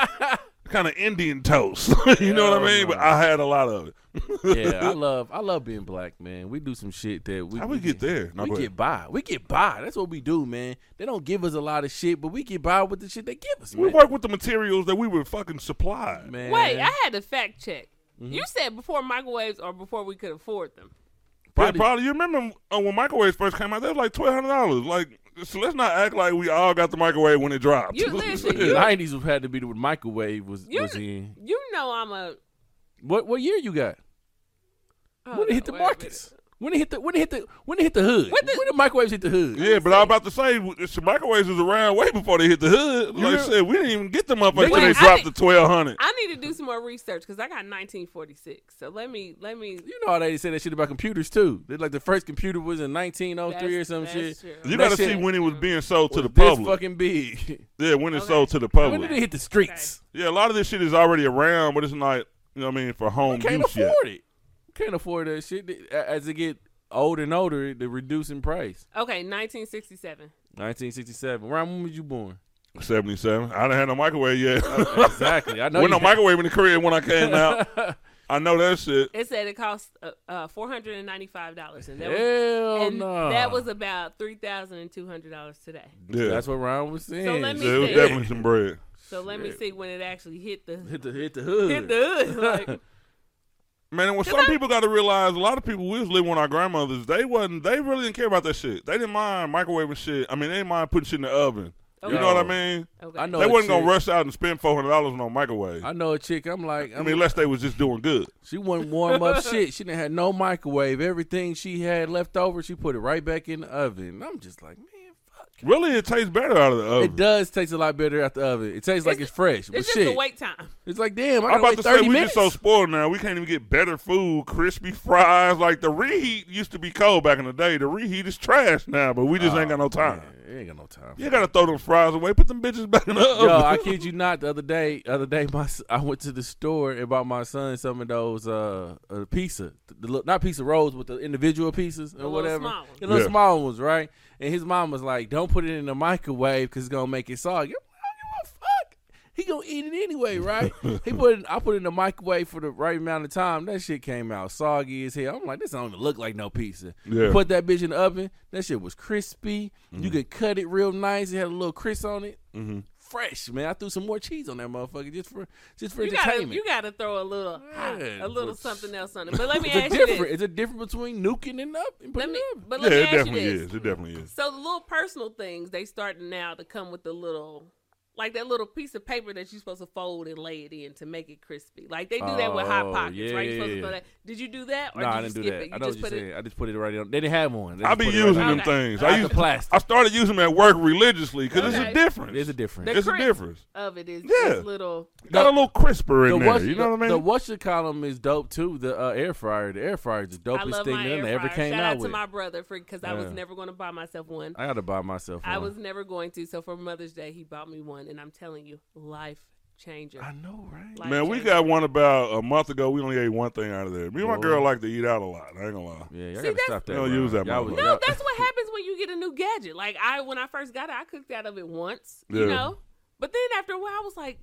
kind of Indian toast. you know what I
Hell
mean?
no.
But I had a lot of it.
yeah, I love I love being black, man. We do some shit that we
How we get there? No,
we
go ahead.
get by. We get by. That's what we do, man. They don't give us a lot of shit, but we get by with the shit they give us,
We
man.
work with the materials that we were fucking supplied.
man.
Wait, I had to fact check.
Mm-hmm.
You said before microwaves or before we could afford them.
Yeah, probably. You remember uh, when microwaves first came out? They was like twelve hundred dollars. Like, so let's not act like we all got the microwave when it dropped.
You listen.
the
You,
nineties had to be the microwave was
You-
was in.
you know I'm a.
What what year you got?
oh,
When it hit the
no, wait a minute.
markets? When it hit the when it hit the when it hit the hood?
When the-
when the microwaves hit the hood?
yeah, but I'm about to say the microwaves was around way before they hit the hood. Like I said, we didn't even get them up until
Wait,
they
I
dropped
didn't-
to twelve hundred.
I need to do some more research because I got 1946. So let me let me.
You know how they say that shit about computers too. They like the first computer was in 1903 or
That's-
Oh, some
that's
shit.
true.
You
That
got to
shit
see when it was being sold to
was
the
this
public.
fucking big.
yeah, when it
Okay.
sold to the
when
public.
did it hit the streets?
Yeah, a lot of this shit is already around, but it's not, you know what I mean, for home
Can't
use
afford
yet.
it. Can't afford that shit. They- a- As it get older and older, they're reducing price.
Okay, 1967.
1967. Ron, when was you born?
77. I didn't have no microwave yet.
exactly. I know.
when
you
no microwave in the crib when I came out. I know that shit.
It said it cost uh, uh, 495 dollars, and that was
Hell
and
no.
that was about three thousand and two hundred dollars today.
Yeah.
That's what Ron was saying.
let me-
yeah, it was
see.
definitely some bread.
So let me see when it actually hit the
hit the hit the hood.
hit the hood. Like,
Man, and what some people got to realize, a lot of people we was living with our grandmothers. They wasn't. They really didn't care about that shit. They didn't mind microwaving shit. I mean, they didn't mind putting shit in the oven. You
Okay.
know what I mean?
okay.
I know
they
a
wasn't gonna
chick-
rush out and spend four hundred dollars on a microwave. I,
Oh, I know a chick. I'm like, I'm,
mean, unless they was just doing good.
she wouldn't warm up shit. She didn't have no microwave. Everything she had left over, she put it right back in the oven. I'm just like, man, fuck.
Really, it tastes better out of the oven.
It does taste a lot better out the oven. It tastes like it's fresh, but
It's just
shit,
the wait time.
it's like damn. I
I'm
gotta
about
wait
to say
30
we
minutes.
just so spoiled now. We can't even get better food, crispy fries. Like the reheat used to be cold back in the day. The reheat is trash now, but we just ain't got no time.
Oh, Man, you ain't got no time.
You gotta throw them fries away. Put them bitches back in the oven.
Yo, I kid you not. The other day, other day, my s- I went to the store and bought my son some of those uh, uh pizza, the, li- not pizza rolls, but the individual pieces or
little
whatever,
small ones.
the little
Yeah.
small ones, right? And his mom was like, "Don't put it in the microwave because it's gonna make it soggy." I'm like, I don't give a fuck. He gonna eat it anyway, right? he put it, I put it in the microwave for the right amount of time. That shit came out soggy as hell. I'm like, this don't even look like no pizza.
Yeah.
Put that bitch in the oven. That shit was crispy. You could cut it real nice. It had a little crisp on it fresh, man. I threw some more cheese on that motherfucker just for just for
You gotta
entertainment.
you gotta throw a little
Yeah,
a little
but-
something else on it. But let me ask
it's a
you
different.
this.
It's a difference between nuking and up and
Let
putting
me
up.
but
yeah,
let
it
me ask you
definitely
this.
is. It definitely is.
So the little personal things they starting now to come with the little, like that little piece of paper that you're supposed to fold and lay it in to make it crispy. Like they do that with hot
Oh,
pockets,
yeah,
right? You're
yeah,
supposed to
yeah.
throw that. Did you do that or
Nah, I
did
didn't
you
do
skip it?
that. I
You
know what
just
you're
put it.
saying. I just put it right on. They didn't have one. They
I
just
be
put it right
using
on.
them
Okay.
things.
Out
I
the
used.
plastic.
I started using them at work religiously because it's
Okay.
a difference.
There's a difference.
The
It's a
crisp
difference.
Of it is
Yeah.
this little.
Got a little crisper in there.
wash-
you know what I mean?
The washer column is dope too. The uh, air fryer, the air fryer is the
I
dopest
love
thing
my
that
air
they ever
fryer.
came
Shout
out
out to
with.
my brother for because I was
Yeah.
never going to buy myself one.
I gotta buy myself.
I
one.
was never going to. So for Mother's Day, he bought me one, and I'm telling you, life changer.
I know, right?
Life
Man, we
changer.
got one about a month ago. We only ate one thing out of there. Me and my
Boy.
girl like to eat out a lot. I ain't gonna lie.
yeah, y'all
See,
gotta
that's-
stop that.
They don't
bro.
use that
Y'all was-
motherfucker.
y'all-
No, that's what happens when you get a new gadget. Like I, when I first got it, I cooked out of it once, you
Yeah.
know. But then after a while, I was like,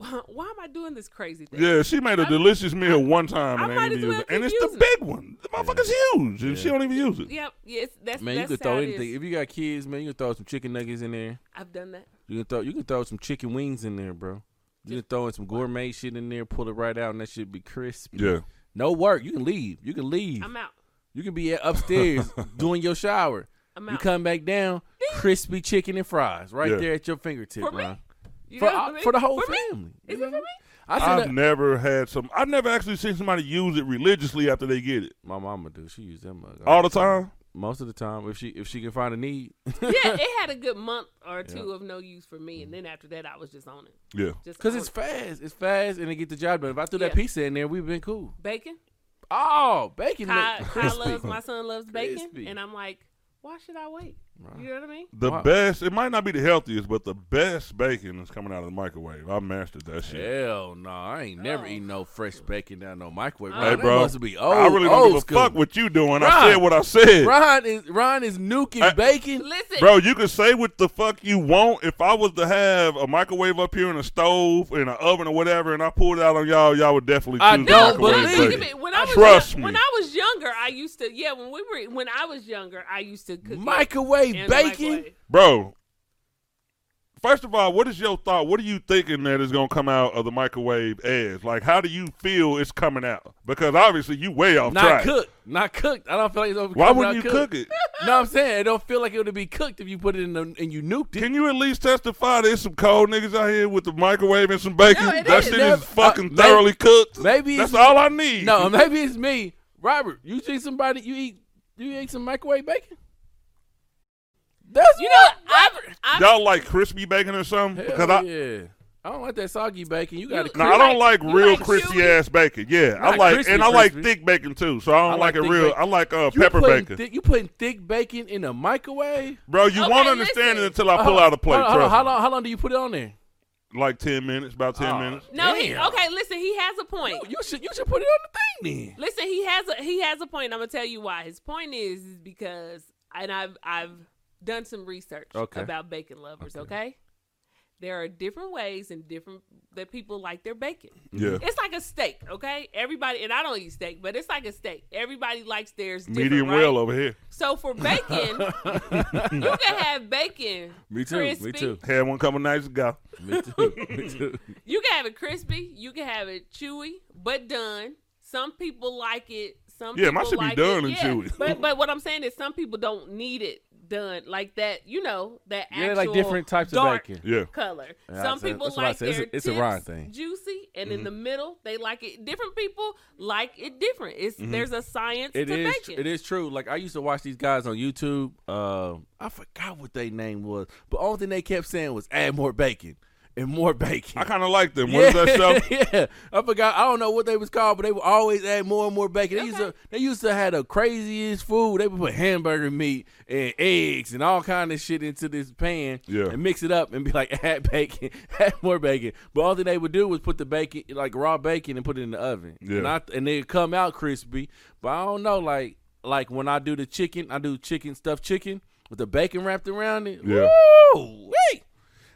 why am I doing this crazy thing?
Yeah, she made a
I-
delicious meal one time
I
and
might
ain't
as
even
well
use it.
keep
And it's the
using it.
big one. The motherfucker's huge, and she
Yeah.
don't even use it.
Yep. Yes. That's
Man, you
that's
could
how
throw
it is.
anything. If you got kids, man, you can throw some chicken nuggets in there.
I've done that.
You can throw you can throw some chicken wings in there, bro. You can throw in some gourmet shit in there, pull it right out, and that shit be crispy.
Yeah,
No work. You can leave. You can leave.
I'm out.
You can be upstairs doing your shower.
I'm
You
out.
come back down, crispy chicken and fries right
Yeah.
there at your fingertip,
For me?
bro.
You
For,
know what I
all-
mean?
for the whole
For me?
family.
Is
You
it for
know?
me?
I seen
I've
that-
never had some. I've never actually seen somebody use it religiously after they get it
my mama do. She used that mug
all the time.
most of the time. If she if she can find a need,
yeah, it had a good month or two of no use for me, and then after that, I was just on it.
Yeah,
Just
because
on
it's
it.
fast, it's fast, and it get the job done. If I threw that
Yeah.
pizza in there, we've been cool.
bacon.
Oh, bacon,
Kyle,
look
Kyle
crispy.
loves my son loves bacon,
Crispy.
and I'm like, why should I wait? You know what I mean?
the
Wow.
best. It might not be the healthiest, but the best bacon is coming out of the microwave. I mastered that shit.
Hell no, I ain't never
Oh.
eaten no fresh bacon down no microwave.
Hey,
Ron, that
bro,
must be old.
I really don't
old
give a
school.
fuck what you doing. I
Right.
said what I said.
Ron is Ron is nuking
I-
bacon.
Listen,
Bro, you can say what the fuck you want. If I was to have a microwave up here and a stove and an oven or whatever, and I pulled it out on y'all, y'all would definitely choose
I
the
don't
microwave
believe
bacon.
it.
When I was
Trust
young-
me.
When I was younger, I used to yeah. When we were when I was younger, I used to cook it
Microwave
in the
bacon.
microwave.
Bro, first of all, what is your thought? What are you thinking that is going to come out of the microwave as? Like, how do you feel it's coming out? Because obviously you way off
Not
track.
cooked. Not cooked. I don't feel like it's over.
Why wouldn't you cook it?
No, I'm saying it don't feel like it would be cooked if you put it in the, and you nuked it.
Can you at least testify there's some cold niggas out here with the microwave and some bacon?
No, it
that
is.
shit
Never-
is fucking
uh, may-
thoroughly cooked.
maybe
That's
it's-
all I need.
No, maybe it's me, Robert. You see somebody you eat you eat some microwave bacon. That's
You know,
what-
I've, I've
Y'all like crispy bacon or something?
Hell
Because I,
yeah. I don't like that soggy bacon. You got to.
No,
You
I don't
like-
like,
you
real
like
crispy
chewy?
ass bacon. Yeah, I
Not
like
crispy,
and I like
crispy.
thick bacon too. So I
I
don't like,
like
it
thick
real.
bacon.
I like uh,
you
pepper
putting
bacon,
Thick, you putting thick bacon in a microwave?
bro. You
Okay,
won't understand
listen.
it until
Uh-huh.
I pull out a plate.
Hold on, hold on,
trust
how
me.
long? How long do you put it on there?
Like ten minutes, about ten
Oh.
minutes.
no. He,
Damn.
okay, listen. He has a point.
You should. You should put it on the thing then.
Listen, he has a he has a point. I'm gonna tell you why. His point is, is because and I've I've done some research
Okay.
about bacon lovers. Okay. there are different ways and different that people like their bacon.
Yeah,
It's like a steak. Okay, everybody and I don't eat steak, but it's like a steak. Everybody likes theirs different,
medium
right?
well over here.
So for bacon, you can have bacon.
Me too, me
Crispy.
too.
Had one couple nights ago.
Me too. Me too.
You can have it crispy. You can have it chewy, but done. Some people like it. Some
Yeah,
people
mine should be
like
done
it.
and
yeah.
chewy.
But but what I'm saying is, some people don't need it done like that. You know that
Yeah,
actual
like different types of
dark
bacon.
Yeah,
color.
Yeah,
some
that's-
people
that's what I
like
said. It's
their
a- it's a
tips
Ron thing. Mm-hmm.
juicy, and in the middle they like it. Different people like it different. It's there's a science
Mm-hmm. It
to
is.
bacon.
It is true. Like I used to watch these guys on YouTube. Uh, I forgot what their name was, but only thing they kept saying was "add more bacon and more bacon."
I kind of like them. What is that stuff?
yeah, I forgot. I don't know what they was called, but they would always add more and more bacon. They used to
Okay.
they used to have the craziest food. They would put hamburger meat and eggs and all kind of shit into this pan
Yeah.
and mix it up and be like add bacon, add more bacon. But all that they would do was put the bacon like raw bacon and put it in the oven.
Yeah.
And I, and they come out crispy. But I don't know like like when I do the chicken, I do chicken stuffed chicken with the bacon wrapped around it.
Yeah.
Woo! Wait.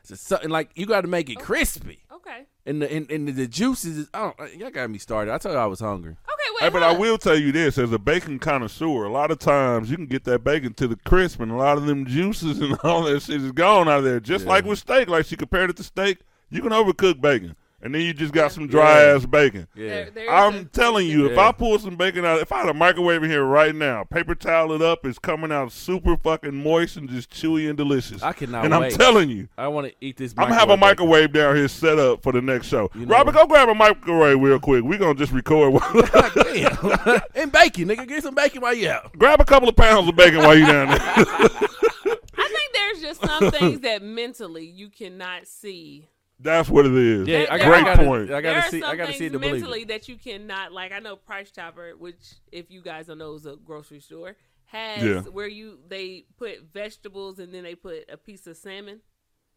It's something like you got to make it crispy
okay.
and the and, and the, the juices. Is, I don't. Y'all got me started. I told you I was hungry.
Okay. Wait.
Hey, but I
hold on.
will tell you this: as a bacon connoisseur, a lot of times you can get that bacon to the crisp, and a lot of them juices and all that shit is gone out of there. Just
Yeah.
like with steak, like she compared it to steak, you can overcook bacon, and then you just got some dry
Yeah.
ass bacon.
Yeah.
There- there is a-
I'm telling you, if
Yeah.
I pull some bacon out, if I had a microwave in here right now, paper towel it up, it's coming out super fucking moist and just chewy and delicious.
I cannot
And I'm
wait.
telling you,
I want to eat this.
I'm gonna have a
microwave
microwave down here set up for the next show.
You know
Robert,
what?
go grab a microwave real quick. We're gonna just record. while-
bacon. and bacon, nigga. Get some bacon while you out.
grab a couple of pounds of bacon while you down there.
I think there's just some things that mentally you cannot see.
That's what it is.
Yeah,
There-
I, got- I
Great
gotta,
point.
I
there
gotta
are
see.
some
I gotta see
things
it to believe.
mentally
it.
that you cannot like. I know Price Chopper, which if you guys don't know is a grocery store, has
Yeah.
where you they put vegetables and then they put a piece of salmon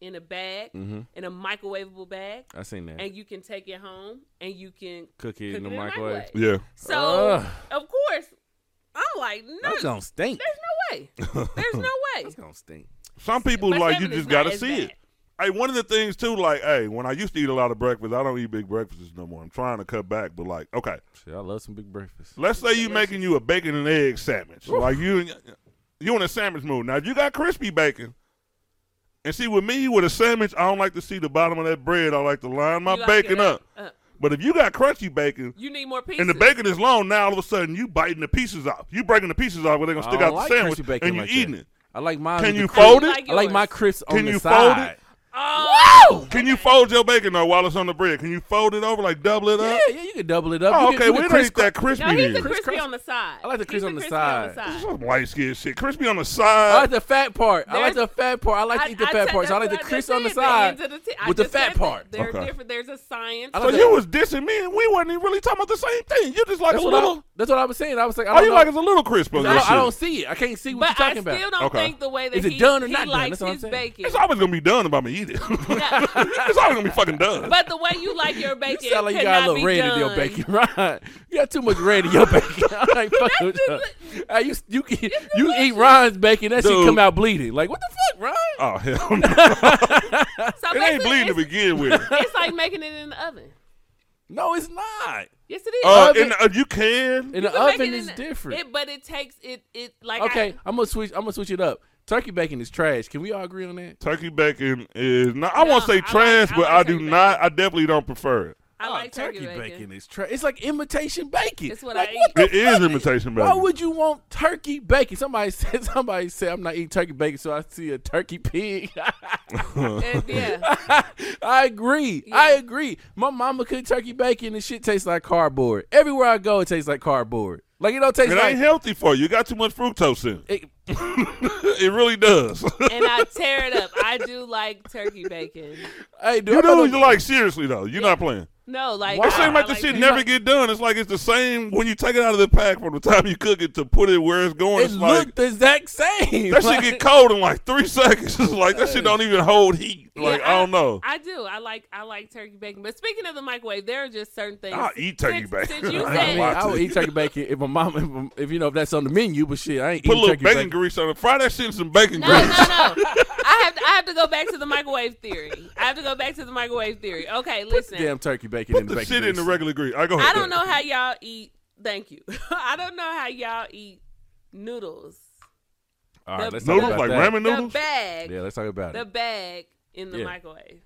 in a bag
Mhm.
in a microwavable bag,
I seen that.
and you can take it home and you can.
cook it
cook
in the microwave.
Yeah.
So
Ugh.
of course, I'm like, no,
That's gonna stink.
there's no way, there's no way.
That's gonna stink.
Some people
But
like you
salmon is
just
not
gotta
as
see
bad.
it. Hey, one of the things too, like, hey, when I used to eat a lot of breakfast, I don't eat big breakfasts no more. I'm trying to cut back, but like, okay,
Shit, I love some big breakfast.
let's say you making you a bacon and egg sandwich. Like you, you in a sandwich mood now. If you got crispy bacon, and see with me with a sandwich, I don't like to see the bottom of that bread. I like to line my
You like
bacon
it
up. But if you got crunchy bacon.
You need more pieces.
And the bacon is long. Now all of a sudden you biting the pieces off. You breaking the pieces off, where they're gonna
I
stick
don't
out the
like
sandwich,
crispy bacon
and you
like
eating
that.
it.
I like mine.
Can
with
you
the
fold
You
it?
like
I like my
yours.
crisps on
Can
the
you fold
side.
it?
Oh,
Can you fold your bacon though while it's on the bread? Can you fold it over like double it up?
Yeah, yeah, you can double it up.
Oh,
You can-
okay,
you
we
can
don't
crisp-
eat that crispy
No, he's
here.
the
Chris
crispy
Cross-
on the side.
I like the Chris
He's
on the
crispy
side.
This is some light skin shit. Crispy on the side.
I like the fat part. I like the
There's-
fat part. I like to eat the
I- I
fat
said
part. So I like
that's
the
what
crisp
just
on the
said,
side
ends of the t- I
with the
just said
fat
that
part.
They're
Okay.
different. There's a science.
I
so
like
to
that.
you was dissing me, and we wasn't even really talking about the same thing. You just like
That's
a
what, I,
little.
that's what I was saying. I was like, I
All
don't,
you
know.
like is a little crisp on your
I, don't,
shit.
I don't see it. I can't see what
"Oh, But
you're
I
talking about.
still don't
Okay.
think the way that
Is it
he,
done or
he
not done?
likes
That's what I'm
his
saying.
bacon.
it's always gonna be done about me eating. it.
Yeah.
it's always gonna be fucking done.
but the way you like your bacon
You sound like you
cannot
got a little
be
red
done.
in your bacon, right? You got too much red in your bacon. I ain't fucking with you. Hey, you you, you, eat Ron's bacon, that shit
Dude.
come out bleeding. Like what the fuck, Ron?
oh hell, no.
So
it ain't
basically,
bleeding to
it's,
begin with. Uh,
it's like making it in the oven.
No, it's not.
Yes, it is.
Uh,
Oven.
and, uh, you can.
You
In the
can make
oven
it
is
in the-
different.
It, but it takes it. It like
okay,
I,
I'm gonna switch. I'm gonna switch it up. Turkey bacon is trash. Can we all agree on that?
Turkey bacon is not. I won't
No, I
say
like-
trash,
I
but
like
I do
turkey
not. I definitely don't prefer it.
I
Oh,
like turkey, bacon.
is trash. It's like imitation bacon.
It's what
Like,
I eat.
the
It is
fuck?
imitation
Why
bacon.
would you want turkey bacon? Somebody said somebody said I'm not eating turkey bacon, so I see a turkey pig.
And, yeah,
I agree.
Yeah.
I agree. My mama cooked turkey bacon and shit tastes like cardboard. Everywhere I go, it tastes like cardboard. Like it don't taste
It
like.
ain't healthy for you. You got too much fructose in it.
it-
It really does.
and I tear it up. I do like turkey bacon.
hey, dude,
you
I'm
know,
about to-
you're like seriously though. You're not playing.
No, like
Why?
It
I,
seems like
I
the shit
turkey
never
bacon.
get done. It's like it's the same when you take it out of the pack from the time you cook it to put it where it's going.
it
It's like
looked the exact same.
that
Like,
shit get cold in like three seconds. It's like that shit don't even hold heat. Like
Yeah,
I, don't know.
I do. I like I like turkey bacon. But speaking of the microwave, there are just certain things.
I'll eat turkey
since,
bacon.
Since you
I
I,
ain't
said,
mean,
lying.
I would eat turkey bacon if my mom, if, if you know, if that's on the menu. But shit, I ain't
Put a
eating
little
turkey
bacon
bacon.
grease on it. Fry that shit in some bacon
no, no, no.
grease.
I have to, I have to go back to the microwave theory. I have to go back to the microwave theory. Okay, listen.
Damn turkey bacon in
Put
the
the,
bacon.
shit in the
grease.
regular grease. I go.
I
ahead.
don't know how y'all eat. Thank you. I don't know how y'all eat noodles.
All right,
The
let's
Noodles
talk
like
about that.
ramen noodles.
The bag.
Yeah, let's talk about
The
it.
bag in the
Yeah.
microwave.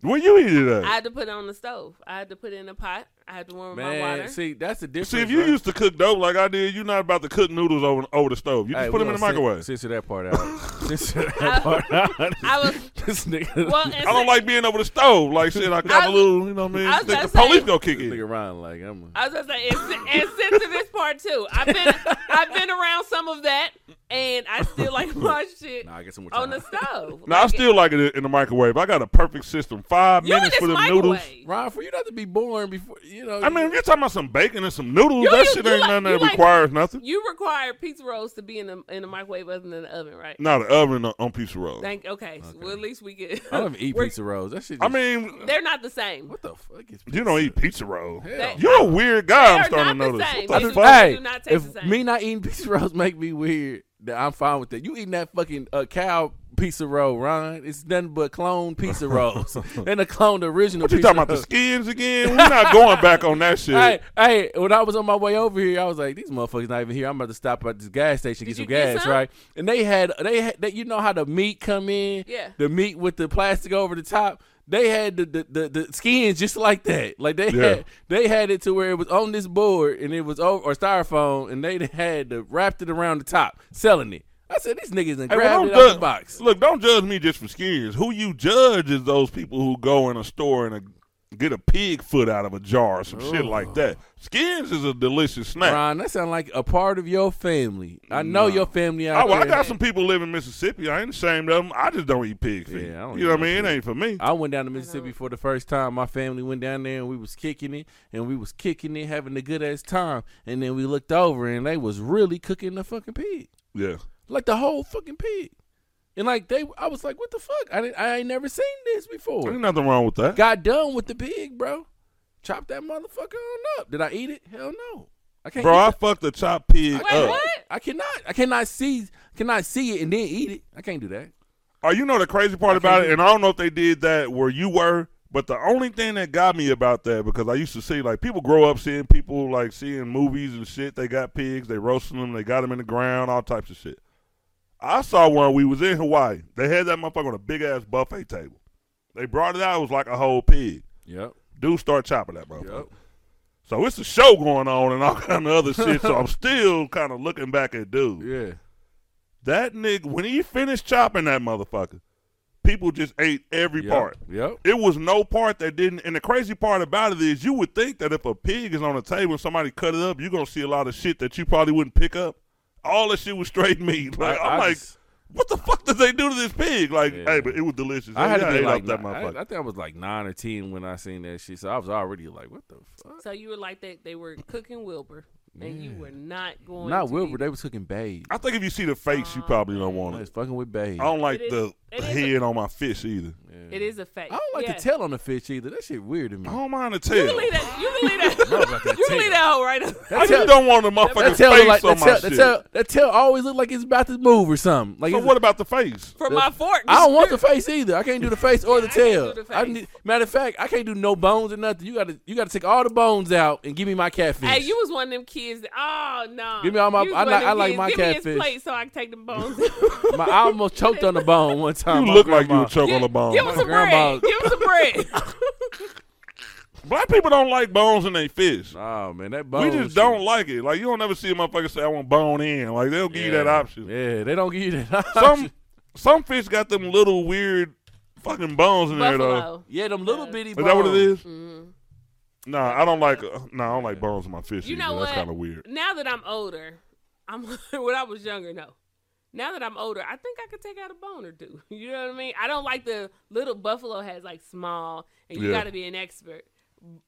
Where you eat it at?
I had to put it on the stove. I had to put it in a pot. I had to warm my water.
Man, see, that's the difference.
See, if you
right?
used to cook dope like I did, you're not about to cook noodles over, over the stove. You just
Hey,
put
we
them in the
gonna cen-
microwave.
Censor that part out. censor that part out.
I was
this nigga,
well.
I don't like being over the stove. Like shit, I got
I
a
was-
little, you know what I mean?
I was
Think
gonna
the police
say-
gonna kick it.
this nigga Ryan, like I'm.
I was gonna say, and, si- and since to this part too, I've been I've been around some of that, and I still like my shit
Nah, I get some more time.
on the stove.
No, I
Like,
still like it in the microwave. I got a perfect system. Five
you in
minutes
this
for them
microwave.
noodles.
Ryan, for you not to be born before you know.
I mean, if you're talking about some bacon and some noodles,
You-
that
you-
shit
you
ain't
like-
nothing that
you like-
requires nothing.
You require pizza rolls to be in the in the microwave other than the oven, right?
Not an oven on- on pizza roll.
Thank. Okay, so well, at least we get.
I don't even eat
we're-
pizza rolls. That shit. Just,
I mean,
They're not the same.
what the fuck is? Pizza?
you don't eat pizza roll.
Hell.
You're a weird guy.
They
I'm
are
starting to
not the
notice.
same.
What
They
the
do-
fuck?
Hey,
do not taste the
if
same.
me not eating pizza rolls make me weird, then I'm fine with that. You eating that fucking uh, cow pizza roll, Ryan? It's nothing but clone pizza rolls and a clone the original.
What you
pizza
talking about? The
rolls.
skins again? We're not going back on that shit.
Hey, hey, when I was on my way over here, I was like, these motherfuckers not even here. I'm about to stop at this gas station, get
Did
some
you get
gas,
some?
right? And they had they had they, you know how the meat come in?
Yeah.
The meat with the plastic over the top. They had the the, the, the skins just like that. Like they
Yeah.
had they had it to where it was on this board and it was over or styrofoam and they had the, wrapped it around the top, selling it. I said these niggas and
Hey, well,
grabbed
don't
it out
judge-
the box.
Look, don't judge me just for skins. Who you judge is those people who go in a store and a, get a pig foot out of a jar or some shit like that. Skins is a delicious snack.
Ron, that sound like a part of your family. I know your family
I,
out
Oh, well, I
there.
got some people live in Mississippi. I ain't ashamed of them. I just don't eat pig feet.
Yeah, I don't
you know
eat
what I mean? It ain't for me.
I went down to Mississippi for the first time. My family went down there and we was kicking it and we was kicking it, having a good ass time. And then we looked over and they was really cooking the fucking pig,
yeah.
like the whole fucking pig. And like they, I was like, what the fuck? I didn't, I ain't never seen this
Ain't
before.
nothing wrong with that.
Got done with the pig, bro. Chop that motherfucker on up. Did I eat it? Hell no. I can't.
Bro,
eat
I fucked the chopped pig
Wait,
up.
what?
I cannot. I cannot see. Cannot see it and then eat it. I can't do that.
Oh, you know the crazy part about it, and I don't know if they did that where you were, but the only thing that got me about that because I used to see like people grow up seeing people like seeing movies and shit. They got pigs, they roasting them, they got them in the ground, all types of shit. I saw one. We was in Hawaii. They had that motherfucker on a big ass buffet table. They brought it out. It was like a whole pig.
Yep.
Dude, start chopping that motherfucker.
Yep.
So it's a show going on and all kind of other shit. so I'm still kind of looking back at dude.
Yeah.
That nigga, when he finished chopping that motherfucker, people just ate every
Yep.
part.
Yep.
It was no part that didn't. And the crazy part about it is, you would think that if a pig is on a table and somebody cut it up, you're gonna see a lot of shit that you probably wouldn't pick up. All that shit was straight meat. Like I, am like,
just-
what the fuck did they do to this pig? Like,
Yeah.
hey, but it was delicious.
I had to
Yeah,
be
ate
like,
up that
ni- I, I
motherfucker.
think I was like nine or ten when I seen that shit, so I was already like, "What the fuck?"
So you were like that. They were cooking Wilbur, and you were not going.
Not
to
Wilbur.
Be,
They was cooking Babe.
I think if you see the face, you probably don't
I
want
was
it.
fucking with Babe.
I don't like
It is-
the
it is-
head on my fish either.
it is a fact.
I don't like
yeah.
the tail on the fish either. That shit weird to me.
I don't mind the
You
tail.
can leave that. You can leave that.
Not about that
you can
tail.
leave that hoe right up.
I
That
just
tail,
don't want a motherfucking
that
face
tail look like
on
that
my
tail,
shit.
that tail. That tail always look like it's about to move or something. Like
so
it's-
what about the face?
From my fork.
I don't want the face either. I can't do the face or the
I can't
tail.
do the
I
face.
need, matter of fact, I can't do no bones or nothing. You gotta you gotta take all the bones out and give me my catfish.
Hey, you was one of them kids. That, oh no.
Give me all my-
You was
I
one of
like-
them
I like
kids.
my
Give Me
catfish.
his plate so I can take them bones.
my, I almost choked on the bone one time.
You
My
look like you
grandma-
would choke on a
Give-
bone.
Give him
My
some
grandma-
bread. Give him some bread.
Black people don't like bones in their fish.
Oh man, that bone.
We just
shit.
don't like it. Like you don't ever see a motherfucker say I want bone in. Like they'll give you that option.
Yeah, they don't give you that option.
Some some fish got them little weird fucking bones in there though.
Buffalo.
yeah, them little bitty.
Is that what it is?
Mhm.
Nah, I don't like. Uh, nah, I don't like bones in my fish.
You
either.
know
That's
what?
kind of weird.
Now that I'm older, I'm when I was younger, no. Now that I'm older, I think I could take out a bone or two. You know what I mean? I don't like the little buffalo has like small, and you
Yeah.
got to be an expert,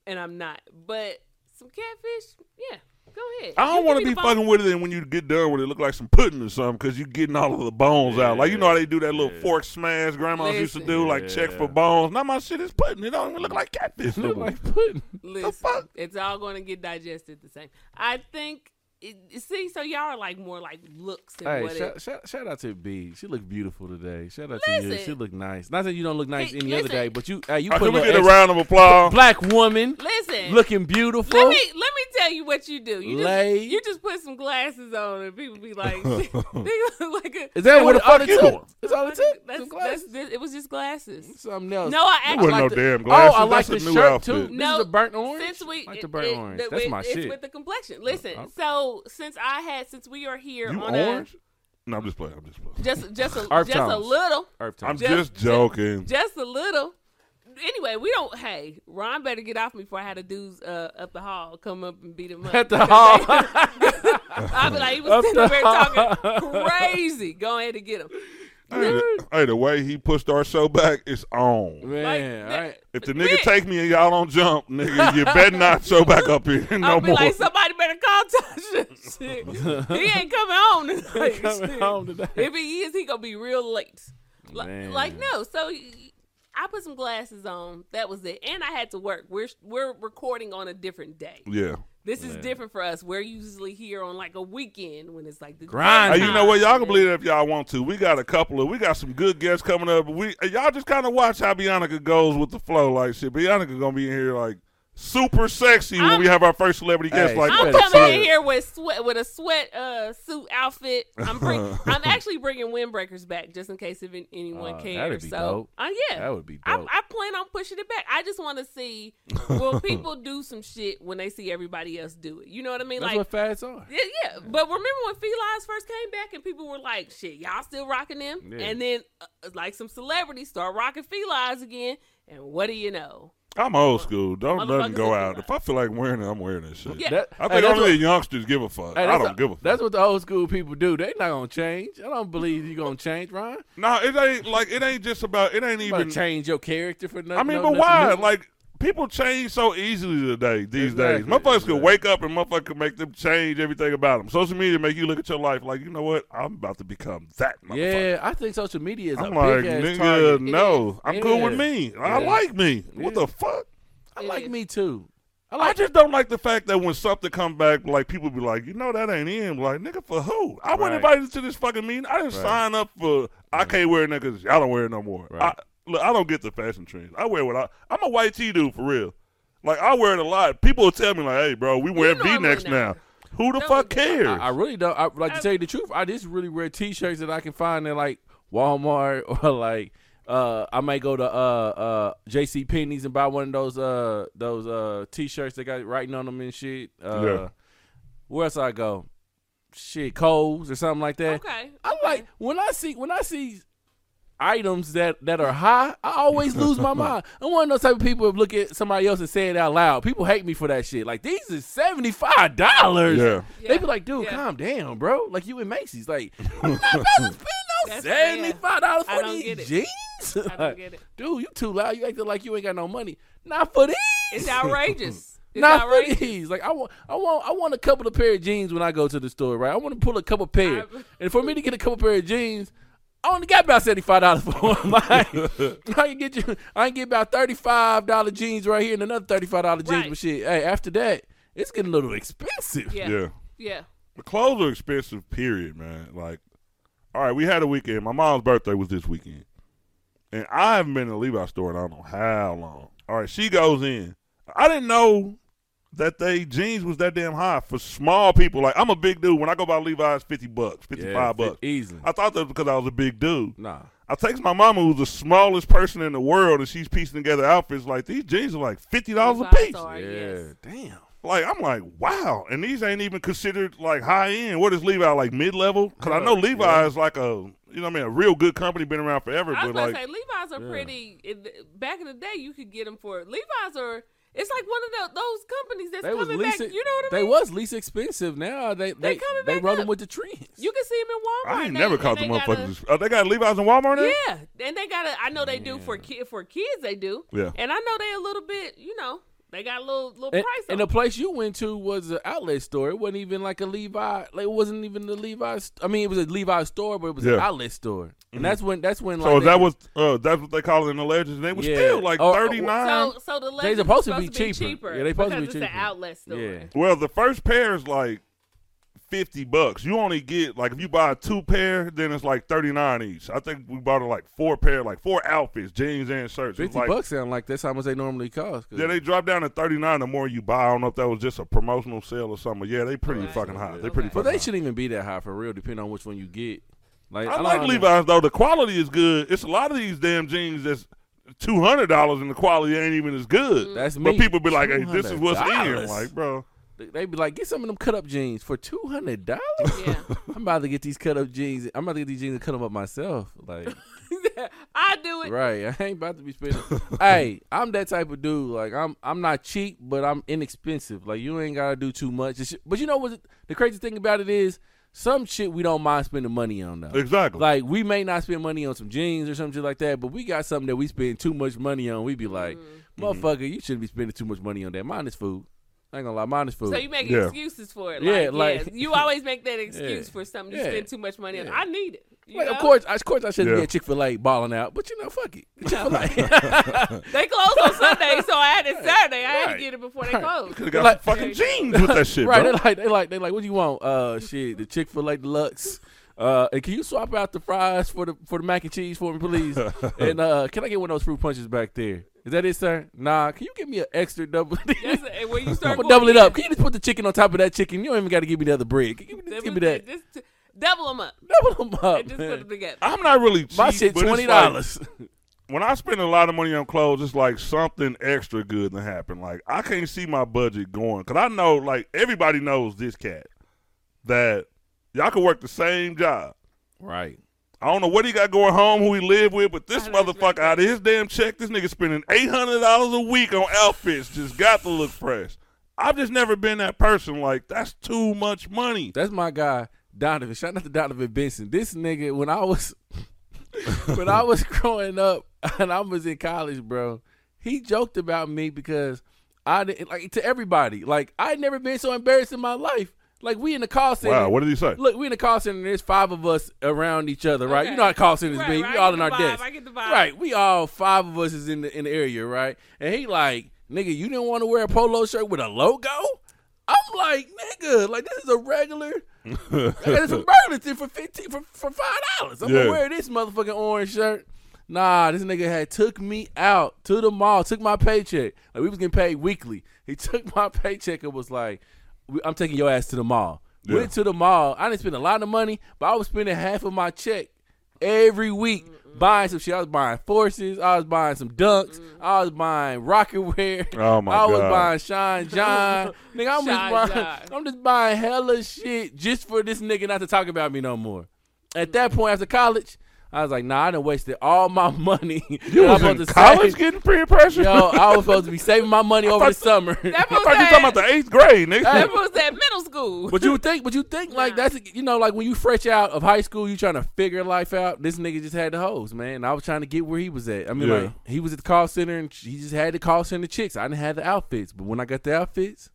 and I'm not. But some catfish, yeah, go ahead.
I
You
don't
give
want
me
to be
the
fucking
bone.
with it, and when you get done with it, look like some pudding or something because you're getting all of the bones out. Like you know how they do that little
Yeah.
fork smash grandmas used to
Listen.
do, like check for
Yeah.
bones. Now my shit is pudding. It don't even look like catfish. no
Look
more.
like pudding.
Listen,
fuck?
it's all going to get digested the same. I think. It, see, so y'all are like more like looks and
Hey,
what it,
shout, shout, shout out to B. She looked beautiful today. Shout out to you.
Listen.
She looked nice. Not that you don't look nice
Hey,
any other
listen.
day, but you hey, you
Uh,
put a
Can we
little
get a
extra-
round of applause?
black woman
Listen,
looking beautiful.
Let me let me tell you what you do. You
Lay-
just you just put some glasses on and people be like, they look like a,
Is that what
the
it- all
fuck
it
you
took?
doing?
It's all it took.
That's,
Some
that's,
glasses.
it was just glasses.
Something else.
No, I
It
actually
wasn't
like
no
the-
damn glasses.
Oh, I like
That's a
the
new
shirt
outfit.
too.
No,
this is the burnt orange.
Since we
like
it-
the burnt
it-
orange.
the-
That's
it-
my
it's
shit. Uh-huh.
with the complexion. Listen,
okay.
so since I had since we are here
You
on
orange? No, I'm just playing. I'm just
a
playing.
just just a,
Earth
just a
tones.
little
Herb
I'm
Thomas.
just-
just, joking.
just a little. Anyway, we don't. Hey, Ron, better get off me before I had the dudes uh, up the hall come up and beat him up
At the hall.
I'll be like, he was
Up
sitting
the
there talking crazy. Go ahead and get him.
hey, the, hey, the way he pushed our show back, it's on.
Man,
that-
all right.
If the
Man.
nigga take me and y'all don't jump, nigga, you better not show back up here no
I'll be
more.
like, somebody better call Tasha. Shit. he ain't coming home tonight.
Coming
Shit.
home today.
If he is, he gonna be real late. Like,
Man.
like, no. So y- I put some glasses on. That was it. And I had to work. We're we're recording on a different day.
yeah.
This is
Man.
different for us. We're usually here on like a weekend when it's like the
Grind.
Hey,
daytime.
you know what? Y'all can believe it if y'all want to. We got a couple of, we got some good guests coming up. We and y'all just kind of watch how Bianca goes with the flow, like shit. Bianca gonna be in here like super sexy when
I'm-
we have our first celebrity guest.
Hey,
like,
she
I'm
better
coming
chill.
in here with sweat with a sweat uh, suit outfit. I'm bring, I'm actually bringing windbreakers back just in case if an- anyone
Oh,
cares.
that'd be
so,
dope.
Uh, yeah,
That would be
I,
dope.
I plan on pushing it back. I just want to see will people do some shit when they see everybody else do it. You know what I mean?
That's
like,
what fads are.
yeah, yeah. But remember when felines first came back and people were like, "Shit, y'all still rocking them?"
Yeah.
And then, uh, like some celebrities start rocking felines again. And what do you know?
I'm old school. Don't nothing
Motherfuckers
go
is
out.
right.
If I feel like wearing it, I'm wearing that shit.
Yeah.
That-
I
hey,
think
that's
only
what-
the youngsters give a fuck.
Hey,
I
that's
don't
a-
give a fuck.
That's what the old school people do. They not gonna change. I don't believe you gonna change, Ron.
No, it ain't like it ain't just about it ain't
You about
even.
to change your character for nothing.
I mean,
no-
but
nothing
why?
new?
Like people change so easily today. These
Exactly,
days, motherfuckers
exactly.
can wake up and motherfuckers can make them change everything about them. Social media make you look at your life like you know what? I'm about to become that motherfucker.
yeah, I think social media is
I'm
a
like
big ass
nigga,
target.
no,
It
I'm cool
Yeah.
with me. I
Yeah.
like me. What
Yeah.
the fuck?
I
It
like
is.
me too. I
I
like
just don't like the fact that when something come back, like people be like, you know, that ain't him. Like, nigga, for who? I wasn't
Right.
invited to this fucking meeting. I didn't
Right.
sign up for. I can't wear it now because y'all don't wear it no more.
Right.
I, look, I don't get the fashion trends. I wear what I. I'm a white tee dude for real. Like I wear it a lot. People will tell me like, hey, bro, we wearing V
normally
necks
don't.
now. Who the
No,
fuck
we don't.
cares?
I, I really don't. I, like to
I-
tell you the truth, I just really wear T-shirts that I can find at like Walmart or like uh, I might go to uh, uh, J.C. Penney's and buy one of those uh, those uh, T-shirts that got writing on them and shit. Uh,
Yeah.
Where else I go? Shit, Coles or something like that.
Okay.
I'm
okay.
like when I see when I see items that that are high, I always lose my mind. I'm one of those type of people that look at somebody else and say it out loud. People hate me for that shit. Like these is seventy five dollars.
Yeah.
They
Yeah.
be like, dude,
Yeah.
calm down, bro. Like you in Macy's, like I'm not about to spend no
That's-
seventy five dollars
yeah. I
for
don't get
these
it.
jeans.
I
Like,
don't get it.
Dude, you too loud. You acting like you ain't got no money. Not for these.
It's outrageous. It's
Not
outrageous.
for these. Like I want, I want, I want a couple of pair of jeans when I go to the store, right? I want to pull a couple pair,
I-
and for me to get a couple pair of jeans, I only got about seventy five dollars for one. Like, I can get you, I can get about thirty five dollar jeans right here and another thirty five dollar jeans.
Right.
But shit, hey, after that, it's getting a little expensive.
Yeah.
yeah.
Yeah.
The clothes are expensive, period, man. Like, all right, we had a weekend. My mom's birthday was this weekend. And I haven't been in the Levi's store in I don't know how long. All right, she goes in. I didn't know that they jeans was that damn high for small people. Like, I'm a big dude. When I go buy Levi's, 50 bucks, 55
fi-
bucks.
easily.
I thought that was because I was a big dude.
Nah,
I text my mama, who's the smallest person in the world, and she's piecing together outfits like these jeans are like $50 a
Levi's
piece.
are- Sorry,
yeah, damn.
Like I'm like, wow, and these ain't even considered like high end. What is Levi like mid level? Because I know
Yeah.
Levi is like a you know what I mean a real good company, been around forever.
I was
But
about
like,
to say Levi's are
Yeah.
pretty. It, back in the day, you could get them for Levi's are. It's like one of the, those companies that's
They was
coming
least.
back. You know what I
They
mean?
was least expensive. Now they they they,
coming back
run
up.
them with the trends.
you can see them in Walmart.
I ain't
They-
never
and
caught
they
the
got a-
motherfuckers. oh, they got Levi's and Walmart now.
yeah, and they got. A, I know they do for kid for kids. They do.
Yeah.
and I know they a little bit. You know, they got a little little
And,
price.
and
on.
the place you went to was an outlet store. It wasn't even like a Levi. Like it wasn't even the Levi's. I mean, it was a Levi's store, but it was an
Yeah.
outlet store. And that's when that's when.
So
like,
that
they-
was uh, that's what they call it in the legends. They were
Yeah.
still like
Oh, oh,
thirty nine.
so so the
They
leggings
supposed to
supposed
be cheaper. Yeah, they supposed to
because
be
it's
cheaper.
an outlet store.
Yeah.
well, the first pair is like fifty bucks. You only get like if you buy two pair, then it's like thirty nine each. I think we bought it like four pair, like four outfits, jeans and shirts. It was
Fifty
like,
bucks sound like that's how much they normally cost. 'cause-
Yeah, they drop down to thirty nine the more you buy. I don't know if that was just a promotional sale or something. but Yeah, they pretty
Right.
fucking high. They
Okay.
pretty
but
fucking
they
high.
shouldn't even be that high for real, depending on which one you get. Like
I
don't
like
under-
Levi's though. The quality is good. It's a lot of these damn jeans that's two hundred dollars and the quality ain't even as good.
That's me.
but people be like, "Hey, this is what's in."
$200.
Like, bro,
They- They be like, get some of them cut up jeans for two hundred dollars.
Yeah.
I'm about to get these cut up jeans. I'm about to get these jeans and cut them up myself. Like,
I do it.
right? I ain't about to be spending. hey, I'm that type of dude. Like, I'm I'm not cheap, but I'm inexpensive. Like, you ain't gotta do too much. It's- But you know what? The crazy thing about it is, some shit we don't mind spending money on though.
exactly.
Like, we may not spend money on some jeans or something like that, but we got something that we spend too much money on. We be like,
Mm-hmm.
motherfucker, you shouldn't be spending too much money on that. Mine is food. I ain't gonna lie, mine is food.
So you make
Yeah.
excuses for it.
Yeah,
Like,
like-
yeah, you always make that excuse
Yeah.
for something you
Yeah.
spend too much money on.
Yeah.
I need it. you
Like, of
know?
course, of course, I shouldn't be
Yeah.
at Chick Fil A balling out, but you know, fuck it, Chick Fil A.
they close on Sunday, so I had it Saturday. I had
Right.
to get it before they
Right.
closed.
Coulda got
like-
some fucking jeans with that shit,
right? They
bro.
like, they like, they like. What do you want? Uh, shit, the Chick Fil A deluxe. Uh, and can you swap out the fries for the for the mac and cheese for me, please? and uh, can I get one of those fruit punches back there? Is that it, sir? Nah. Can you give me an extra double?
That's, and when you
I'm
start going
gonna double it
in,
up. Can you just put the chicken on top of that chicken? You don't even got to give me the other bread. Give me,
that
just give
was-
me that.
just t- double them up.
Double them up.
And just put
man.
them together.
I'm not really cheap.
My shit
but it's
twenty dollars.
like, when I spend a lot of money on clothes, it's like something extra good to happen. Like I can't see my budget going because I know, like everybody knows this cat that y'all can work the same job.
right.
I don't know what he got going home, who he live with, but this
I know, it's
motherfucker out of his damn check, this nigga spending eight hundred dollars a week on outfits. Just got to look fresh. I've just never been that person. Like that's too much money.
That's my guy, Donovan. Shout out to Donovan Benson. This nigga, when I was when I was growing up and I was in college, bro, he joked about me because I didn't like to everybody. Like I'd never been so embarrassed in my life. Like we in the call center.
Wow, what did he say?
Look, we in the call center. There's five of us around each other, right?
Okay.
You know how call centers
Right,
be.
right,
We
I get
all in
the
our
vibe,
desks,
I get the vibe.
right? We all five of us is in the in the area, right? And he like nigga, you didn't want to wear a polo shirt with a logo? I'm like, nigga, like this is a regular. I got this from Burlington for fifteen for, for five dollars. I'm
Yeah.
gonna wear this motherfucking orange shirt. Nah, this nigga had took me out to the mall, took my paycheck. Like we was getting paid weekly. He took my paycheck and was like, "We- "I'm taking your ass to the mall."
Yeah.
Went to the mall. I didn't spend a lot of money, but I was spending half of my check every week buying some shit. I was buying forces. I was buying some dunks. I was buying rocket wear.
Oh, my
I was
God.
buying Shine John. nigga, I'm
Shine
just
John.
buying. I'm just buying hella shit just for this nigga not to talk about me no more. At that
Mm-hmm.
point, after college, I was like, nah, I done wasted all my money.
You
I
was
supposed
in
to
college
save-
getting peer pressure.
Yo, I was supposed to be saving my money over the summer.
That
I
was
thought you talking about the eighth grade, nigga.
That was at middle school.
But you would think, but you think like
Nah.
that's you know like when you fresh out of high school, you trying to figure life out. This nigga just had the hoes, man. And I was trying to get where he was at. I mean,
Yeah.
like he was at the call center and he just had the call center chicks. I didn't have the outfits, but when I got the outfits,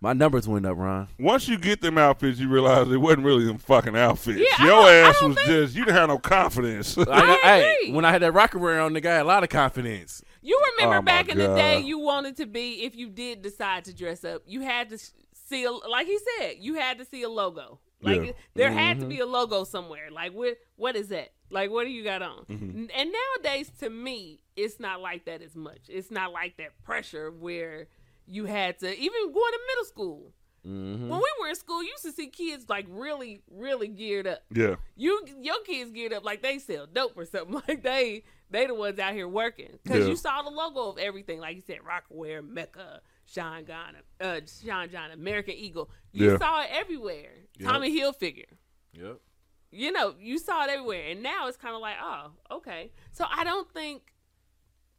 my numbers went up, Ron.
Once you get them outfits, you realize it wasn't really them fucking outfits.
Yeah, I
Your
don't- I
ass
don't
was
think-
just you didn't have no confidence.
Like,
I
hey,
agree.
when I had that rocker wear on, nigga, I had a lot of confidence.
You remember
Oh, my
back in the day,
God.
you wanted to be, if you did decide to dress up, you had to s- see, a, like he said, you had to see a logo. Like
Yeah.
there had to be a logo somewhere. Like what? What is that? Like what do you got on?
Mm-hmm.
N- And nowadays, to me, it's not like that as much. It's not like that pressure where you had to even going to middle school.
Mm-hmm.
When we were in school, you used to see kids like really, really geared up
yeah,
you your kids geared up like they sell dope or something like they they the ones out here working because
Yeah.
you saw the logo of everything like you said Rockaware Mecca Sean John uh Sean John American Eagle you
Yeah.
saw it everywhere Tommy Hilfiger
Yep.
you know you saw it everywhere and now it's kind of like oh okay so I don't think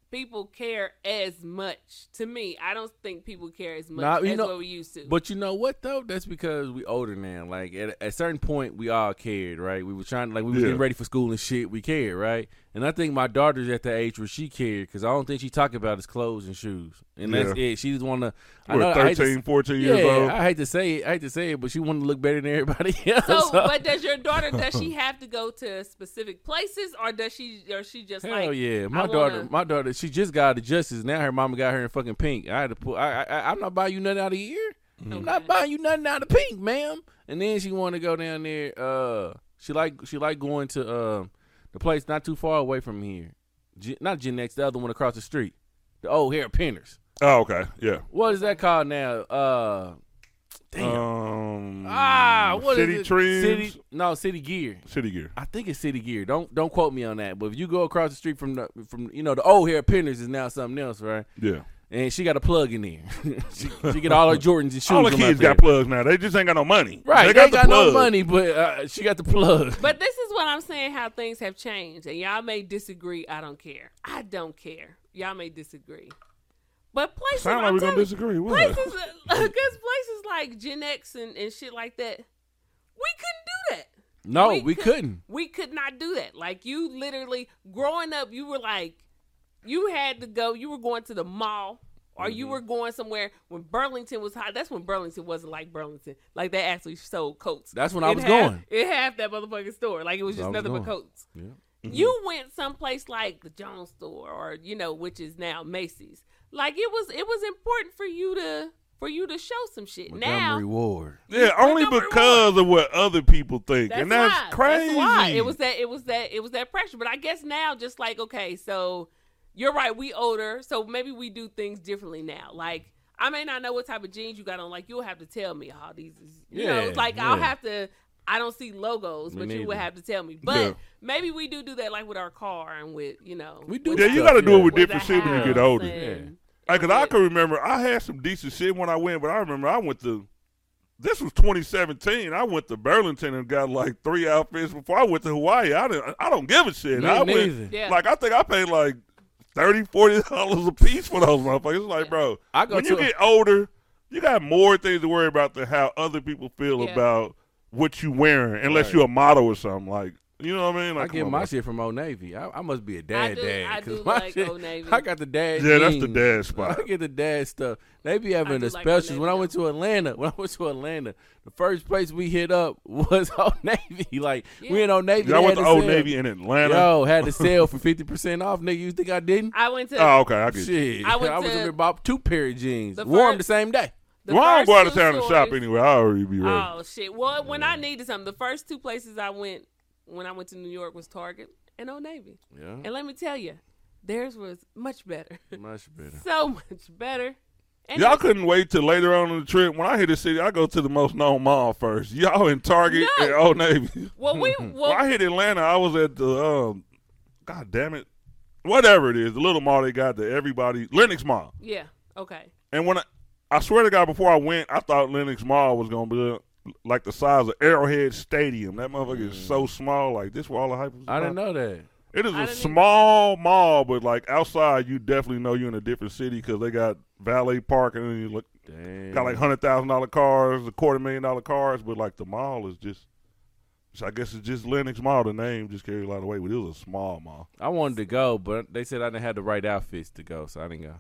people care as much to me I don't think people care as much
Nah, you
as
know-
what we used to
But you know what though? That's because we older now. Like at at a certain point, we all cared, right? We were trying, like we was
Yeah.
getting ready for school and shit. We cared, right? And I think my daughter's at the age where she cared because I don't think she talked about is clothes and shoes, and that's
Yeah.
it. She just want to. I know.
we're
I hate to,
13, 14
yeah,
years old.
I hate to say it. I hate to say it, but she wanted to look better than everybody else.
So,
So-
but does your daughter does she have to go to specific places, or does she or she just
Hell
like
yeah, my
I
daughter,
wanna-
my daughter, she just got out of justice. Now her mama got her in fucking pink. I had to pull. I, I- I I'm not buying you nothing out of here. I'm not buying you nothing out of pink, ma'am. And then she want to go down there. Uh, she like she like going to um the place not too far away from here. G, not Gen X, the other one across the street. The old hair pinners.
Oh, okay, yeah.
What is that called now? Uh, damn.
Um,
ah, what is
city
it?
trends,
City, no, City Gear.
city gear.
I think it's City Gear. Don't don't quote me on that. But if you go across the street from the from you know the old hair pinners is now something else, right?
Yeah,
And she got a plug in there. she, she get all her Jordans and shoes.
all the
from out
kids
there.
got plugs now. They just ain't got no money.
right.
they got, the
no
plug.
money, but uh, she got the plug.
But this is what I'm saying: how things have changed, and y'all may disagree. I don't care. I don't care. Y'all may disagree. But places,
Sound like
I'm
we're gonna
telling you,
disagree. What?
places, because places like Gen X and, and shit like that, we couldn't do that.
No, we,
We could-
couldn't.
we could not do that. Like you literally growing up, you were like, you had to go. You were going to the mall, or you
Mm-hmm.
were going somewhere when Burlington was hot. That's when Burlington wasn't like Burlington. Like they actually sold coats.
That's when I
It
was
had-
going.
It had that motherfucking store. Like it was
That's
just
where I was
nothing but
going. Mm-hmm.
coats. You went someplace like the Jones store, or you know, which is now Macy's. Like it was, it was important for you to for you to show some shit. now
Montgomery Ward.
Yeah, only
Montgomery
because of what other people think,
That's
and that's
why.
crazy.
That's why. It was that. It was that. It was that pressure. But I guess now, just like okay, so you're right. We older, so maybe we do things differently now. Like I may not know what type of jeans you got on. Like you'll have to tell me all these. Is, you know,
Yeah,
like I'll
yeah.
have to. I don't see logos,
Me
but you will
neither.
have to tell me. But
Yeah.
maybe we do do that, like with our car and with you know.
We do
with
yeah,
stuff,
you got to do it
yeah.
with
with
different
the
shit when you get
house
older.
and-
Yeah.
Like, cause I can remember I had some decent shit when I went, but I remember I went to this was 2017. I went to Burlington and got like three outfits before I went to Hawaii. I didn't. I don't give a shit.
Me
I
neither.
went
Yeah.
like I think I paid like 30 dollars a piece for those motherfuckers. It's like, bro,
I go
when you
to-
get older, you got more things to worry about than how other people feel
Yeah.
about what you wearing, unless you're a model or something like. You know what I mean?
I
Like,
get
come on,
my
man.
shit from Old Navy. I, I must be a dad
do-
dad.
I
'cause
do
my
like Old Navy.
I got the dad.
Yeah, that's the
jeans.
dad spot.
I get the dad stuff. They be having
do
the
like Old
specials. when I
Navy,
went to Atlanta, when I went to Atlanta, the first place we hit up was Old Navy. Like we
Yeah.
in Old Navy.
Y'all
they
went
had
to
a
Old
sale.
Navy in Atlanta.
Yo, had to sell for fifty percent off. Nigga, you think I didn't?
I went to
Oh, okay, I get you.
Shit, I,
I went
was
to-
over there bought two pair of jeans.
The
Wore them
first-
the same day.
the
well, I don't
first
go out of
two
town and shop
stores-
anyway. I already be ready.
Oh shit! Well, when I needed something, the first two places I went when I went to New York was Target and Old Navy.
Yeah,
And let me tell you, theirs was much better,
much better.
so much better. And
Y'all couldn't wait till later on in the trip. When I hit the city, I go to the most known mall first. Y'all in Target
No.
and Old Navy.
well, we well,
When I hit Atlanta, I was at the um, God damn it, whatever it is, the little mall they got that everybody Lennox Mall.
yeah, okay.
And when I, I swear to God, before I went, I thought Lennox Mall was gonna be like the size of Arrowhead Stadium. That motherfucker is so small. Like this, where all the hype was.
Mm. I didn't
about.
know that.
It is
I
a
didn't
small mall, but like outside, you definitely know you're in a different city because they got valet parking and you look
Damn.
got like hundred thousand dollar cars, a quarter million dollar cars, but like the mall is just. So I guess it's just Lennox Mall. The name just carried a lot of weight, but it was a small mall.
I wanted to go, but they said I didn't have the right outfits to go, so I didn't go.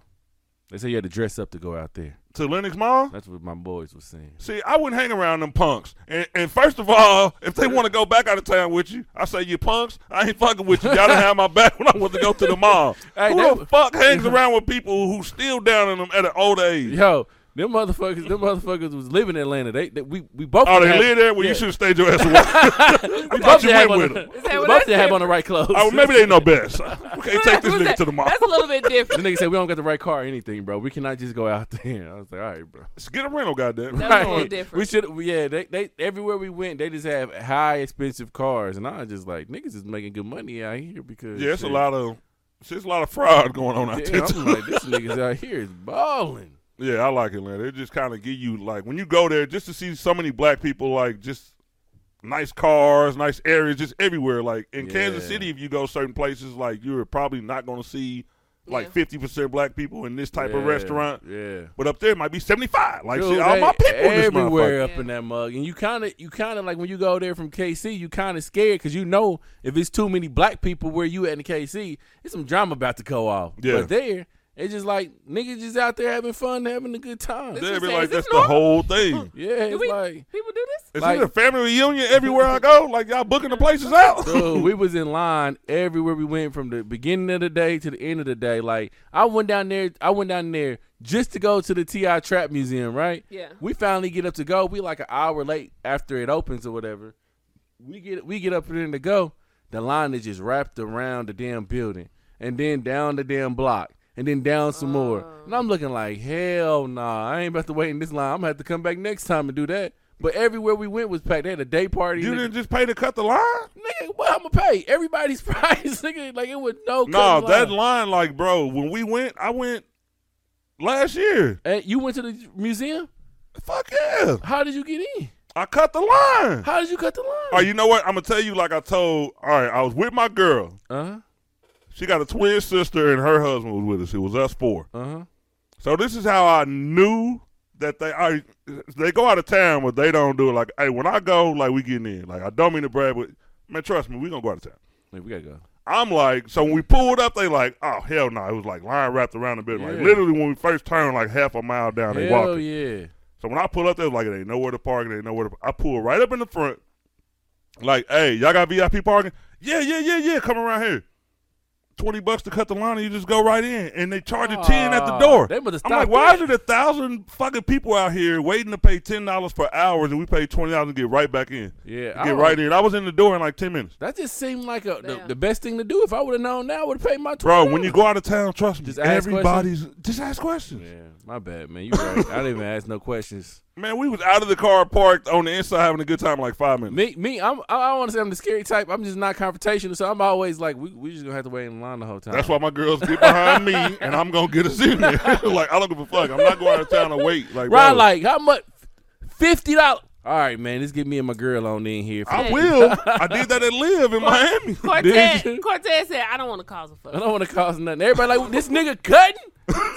They said you had to dress up to go out there.
To Lennox Mall,
That's what my boys was saying.
see, I wouldn't hang around them punks. And, and first of all, if they want to go back out of town with you, I say you punks. I ain't fucking with you. Y'all done have my back when I want to go to the mall.
Hey,
who
that-
the fuck hangs around with people who still down in them at an old age?
Yo, them motherfuckers, them motherfuckers was living in Atlanta. They, they we we both.
Oh, they
had-
live there? Well, you
yeah.
should have stayed your ass away.
We
thought
both
you
had
went
on
with
the-
them.
we both did have on the right clothes.
oh, maybe they know best. We can't take this
Who's
nigga
that?
to the mall.
That's a little bit
the
different.
nigga said we don't got the right car or anything, bro. We cannot just go out there. I was like, all right, bro.
Let's Get a rental, goddamn.
That's a little different.
We should, we- yeah. They, they everywhere we went, they just have high expensive cars, and I was just like, niggas is making good money out here because
Yeah, it's a
shit.
lot of it's a lot of fraud going on out
Yeah,
there.
I'm
too.
like, this niggas out here is balling.
yeah, I like Atlanta. It just kind of give you like when you go there, just to see so many black people, like just nice cars, nice areas, just everywhere. Like in Kansas
Yeah.
City, if you go certain places, like you're probably not going to see like
Yeah.
fifty percent black people in this type
yeah,
of restaurant.
Yeah.
But up there, it might be seventy five. Like
Dude,
shit, all
they
my people in this motherfucker.
everywhere up in that mug, and you kind of, you kind of like when you go there from KC, you kind of scared because you know if it's too many black people where you at in KC, it's some drama about to go off.
Yeah.
but there, it's just like niggas just out there having fun, having a good time.
This-
They'd be
Is
like,
this
that's the
normal?
whole thing.
yeah,
Do
it's
we-
like,
People do this.
Is
Like-
it a family reunion everywhere I go? Like y'all booking the places out?
dude, we was in line everywhere we went from the beginning of the day to the end of the day. Like, I went down there, I went down there just to go to the Ti Trap Museum, right?
Yeah.
We finally get up to go. We like an hour late after it opens or whatever. We get we get up there to go. The line is just wrapped around the damn building, and then down the damn block, and then down some more. And I'm looking like hell nah. I ain't about to wait in this line. I'm gonna have to come back next time and do that. But everywhere we went was packed. They had a day party.
You
nigga.
didn't just pay to cut the line?
Nigga, what I'm gonna pay? Everybody's price, nigga. Like it was no.
No,
cut
that
line.
line, like, bro, when we went, I went last year.
Hey, you went to the museum.
Fuck yeah.
How did you get in?
I cut the line.
How did you cut the line?
Oh, you know what? I'm gonna tell you like I told all right, I was with my girl.
Uh
She got a twin sister and her husband was with us. It was us four.
huh. Uh huh.
So this is how I knew that they I they go out of town, but they don't do it. Like, hey, when I go, like we getting in. Like I don't mean to brag, but man, trust me, we gonna go out of town.
we gotta go.
I'm like, so when we pulled up, they like, oh hell no, it was like line wrapped around the building. Like
Yeah.
literally when we first turned, like half a mile down, they
Hell
walking.
yeah.
So when I pull up, they was like, it ain't nowhere to park. It ain't nowhere to. I pull right up in the front. Like, hey, y'all got VIP parking? Yeah, yeah, yeah, yeah. Come around here. Twenty bucks to cut the line, and you just go right in, and they charge you ten at the
Ah,
door.
they must've
I'm like,
stopped
why
that.
is it a thousand fucking people out here waiting to pay ten dollars for hours, and we pay twenty dollars to get right back in?
Yeah,
To
I
get
don't-
right in. I was in the door in like ten minutes,
That just seemed like a, the,
Damn.
the best thing to do. If I would have known now, I would have paid my.
bro.
$20.
When you go out of town, trust me,
Just ask
everybody's just ask questions.
Yeah, my bad, man. You right. I didn't even ask no questions.
Man, we was out of the car parked on the inside having a good time like five minutes.
Me, me. I'm. I, I want to say I'm the scary type. I'm just not confrontational, so I'm always like, we, we just gonna have to wait in line the whole time.
That's why my girls get behind me, and I'm gonna get us in there. like I don't give a fuck. I'm not going out of town to wait. Like,
Right,
bro,
like how much? Fifty dollars. All right, man. Let's get me and my girl on in here. For
I will. I did that at Live in Miami.
Did
Cortez,
you?
Cortez said, "I don't want to cause a
I
fuss."
don't want to cause nothing. Everybody like this nigga cutting.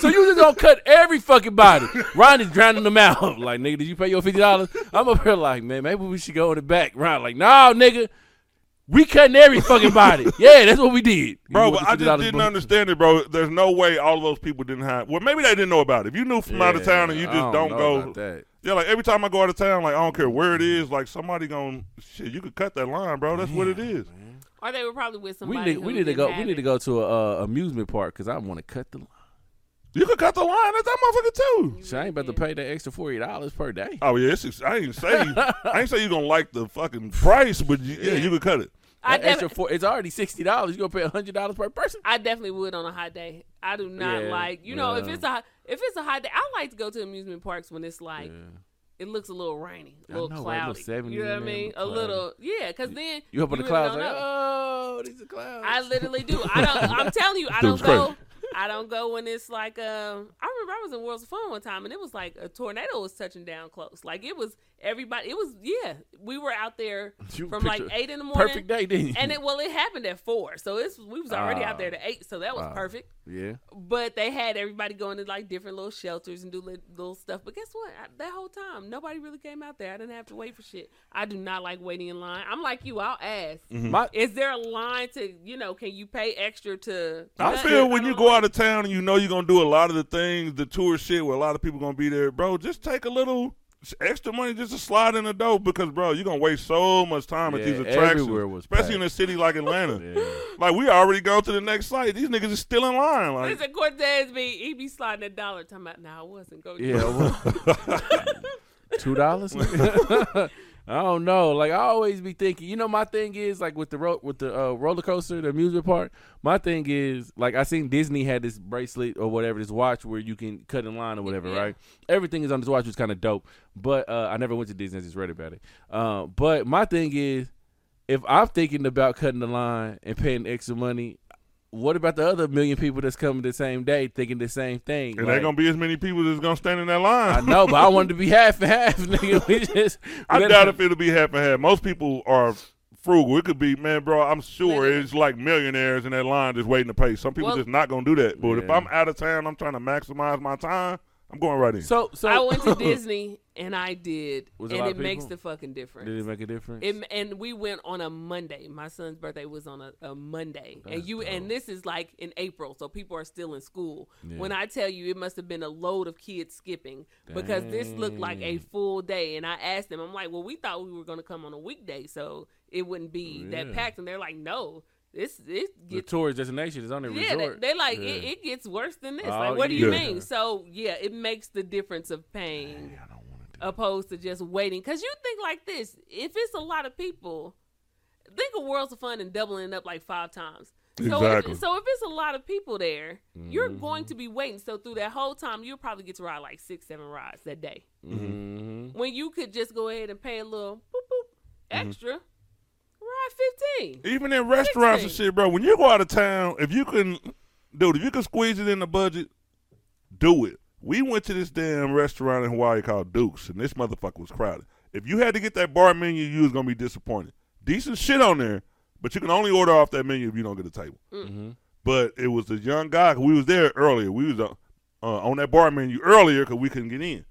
So you just gonna cut every fucking body. Ron is drowning them out. Like nigga, did you pay your fifty dollars? I'm up here like, man, maybe we should go in the back. Ron like, no, nigga. We cutting every fucking body. yeah, that's what we did. You
Bro,
want
but
the
I just
$50
didn't
book.
understand it, bro. There's no way all of those people didn't hide. Well, maybe they didn't know about it. If you knew from out of town and you
Yeah, I
just don't,
know
go,
about that.
yeah, like every time I go out of town, like I don't care where it is, like somebody gonna shit. You could cut that line, bro. That's what it is.
Or they were probably with
We
somebody. who
need, we need to
didn't
go.
have
We need
it.
to go to a uh, amusement park because I want to cut the line.
You could cut the line at that motherfucker too.
So I ain't about to pay that extra forty dollars per day.
Oh yeah, it's, ex- I ain't say I ain't say you gonna like the fucking price, but you, yeah, you could cut it.
I,
That
def-
extra four, it's already sixty dollars. You gonna pay hundred dollars per person?
I definitely would on a hot day. I do not
Yeah,
like you know if
yeah.
it's a if it's a hot day. I like to go to amusement parks when it's like it looks a little rainy, a
I
little
know, right? Little
cloudy.
70
you know
in
what I
there,
mean?
little
A little yeah, because then
You up in the
really
clouds
don't
like,
know.
oh, these are clouds.
I literally do. I don't. I'm telling you, I don't
Dude, it's
go. I don't go when it's like. Um, I remember I was in World's of Fun one time, and it was like a tornado was touching down close. Like it was everybody. It was yeah. We were out there
You
from like
picked a
eight in the morning.
perfect day, didn't you?
And it well, it happened at four, so it's we was already out
Ah.
there at eight, so that was
Ah.
perfect.
yeah.
But they had everybody going to like different little shelters and do li- little stuff. But guess what? I, that whole time, nobody really came out there. I didn't have to wait for shit. I do not like waiting in line. I'm like you. I'll ask.
My
Is there a line to you know? Can you pay extra to?
I feel when you go out of town and you know you're gonna do a lot of the things, the tour shit, where a lot of people gonna be there, bro. Just take a little extra money just to slide in the door because, bro, you're gonna waste so much time at
Yeah,
these attractions,
everywhere was
especially in a
packed.
city like Atlanta.
yeah.
Like we already go to the next site. These niggas is still in line. Like
Listen, Cortez be he be sliding a dollar. Talking about, nah, I wasn't going.
Yeah, well, two dollars. I don't know. Like I always be thinking. You know, my thing is like with the ro- with the uh, roller coaster, the amusement park. My thing is like I seen Disney had this bracelet or whatever, this watch where you can cut in line or whatever.
Yeah.
Right. Everything is on this watch, which is kind of dope. But uh, I never went to Disney. I just read about it. Uh, but my thing is, if I'm thinking about cutting the line and paying extra money. What about the other million people that's coming the same day thinking the same thing?
and
Like-
ain't gonna be as many people that's gonna stand in that
I
line.
know, but I wanted to be half and half, nigga. We just,
I, doubt if it'll be half and half. Most people are frugal. It could be, man, bro. I'm sure
Listen.
it's like millionaires in that line just waiting to pay. Some people
Well-
just not gonna do that. But if
Yeah.
I'm out of town, I'm trying to maximize my time. I'm going right in.
So, so
I went to Disney and I did,
Was a
and
lot
it
of
makes the
people?
fucking difference.
Did it make a difference?
It, and we went on a Monday. My son's birthday was on a, a Monday, and
That's
you and
dope.
this is like in April, so people are still in school.
Yeah.
When I tell you, it must have been a load of kids skipping because this looked like a full day. And I asked them, I'm like, "Well, we thought we were going to come on a weekday, so it wouldn't be that
Oh, Yeah.
packed." And they're like, "No, this it
the
gets."
tourist destination is on the
Yeah, they,
resort.
they like
Yeah.
it, it gets worse than this.
Oh,
like, what do you
yeah.
mean? So yeah, it makes the difference of paying
I don't want to do.
opposed to just waiting. Because you think like this if it's a lot of people, think of Worlds of Fun and doubling it up like five times. So,
Exactly.
if, so if it's a lot of people there, you're
Mm-hmm.
going to be waiting. So through that whole time, you'll probably get to ride like six, seven rides that day.
Mm-hmm.
When you could just go ahead and pay a little boop boop extra, ride fifteen.
Even in restaurants and
Sixteen.
shit, bro. When you go out of town, if you can, dude, if you can squeeze it in the budget, do it. We went to this damn restaurant in Hawaii called Duke's, and this motherfucker was crowded. If you had to get that bar menu, you was gonna be disappointed. Decent shit on there, but you can only order off that menu if you don't get a table. But it was the young guy. 'cause We was there earlier. We was uh, uh, on that bar menu earlier because we couldn't get in.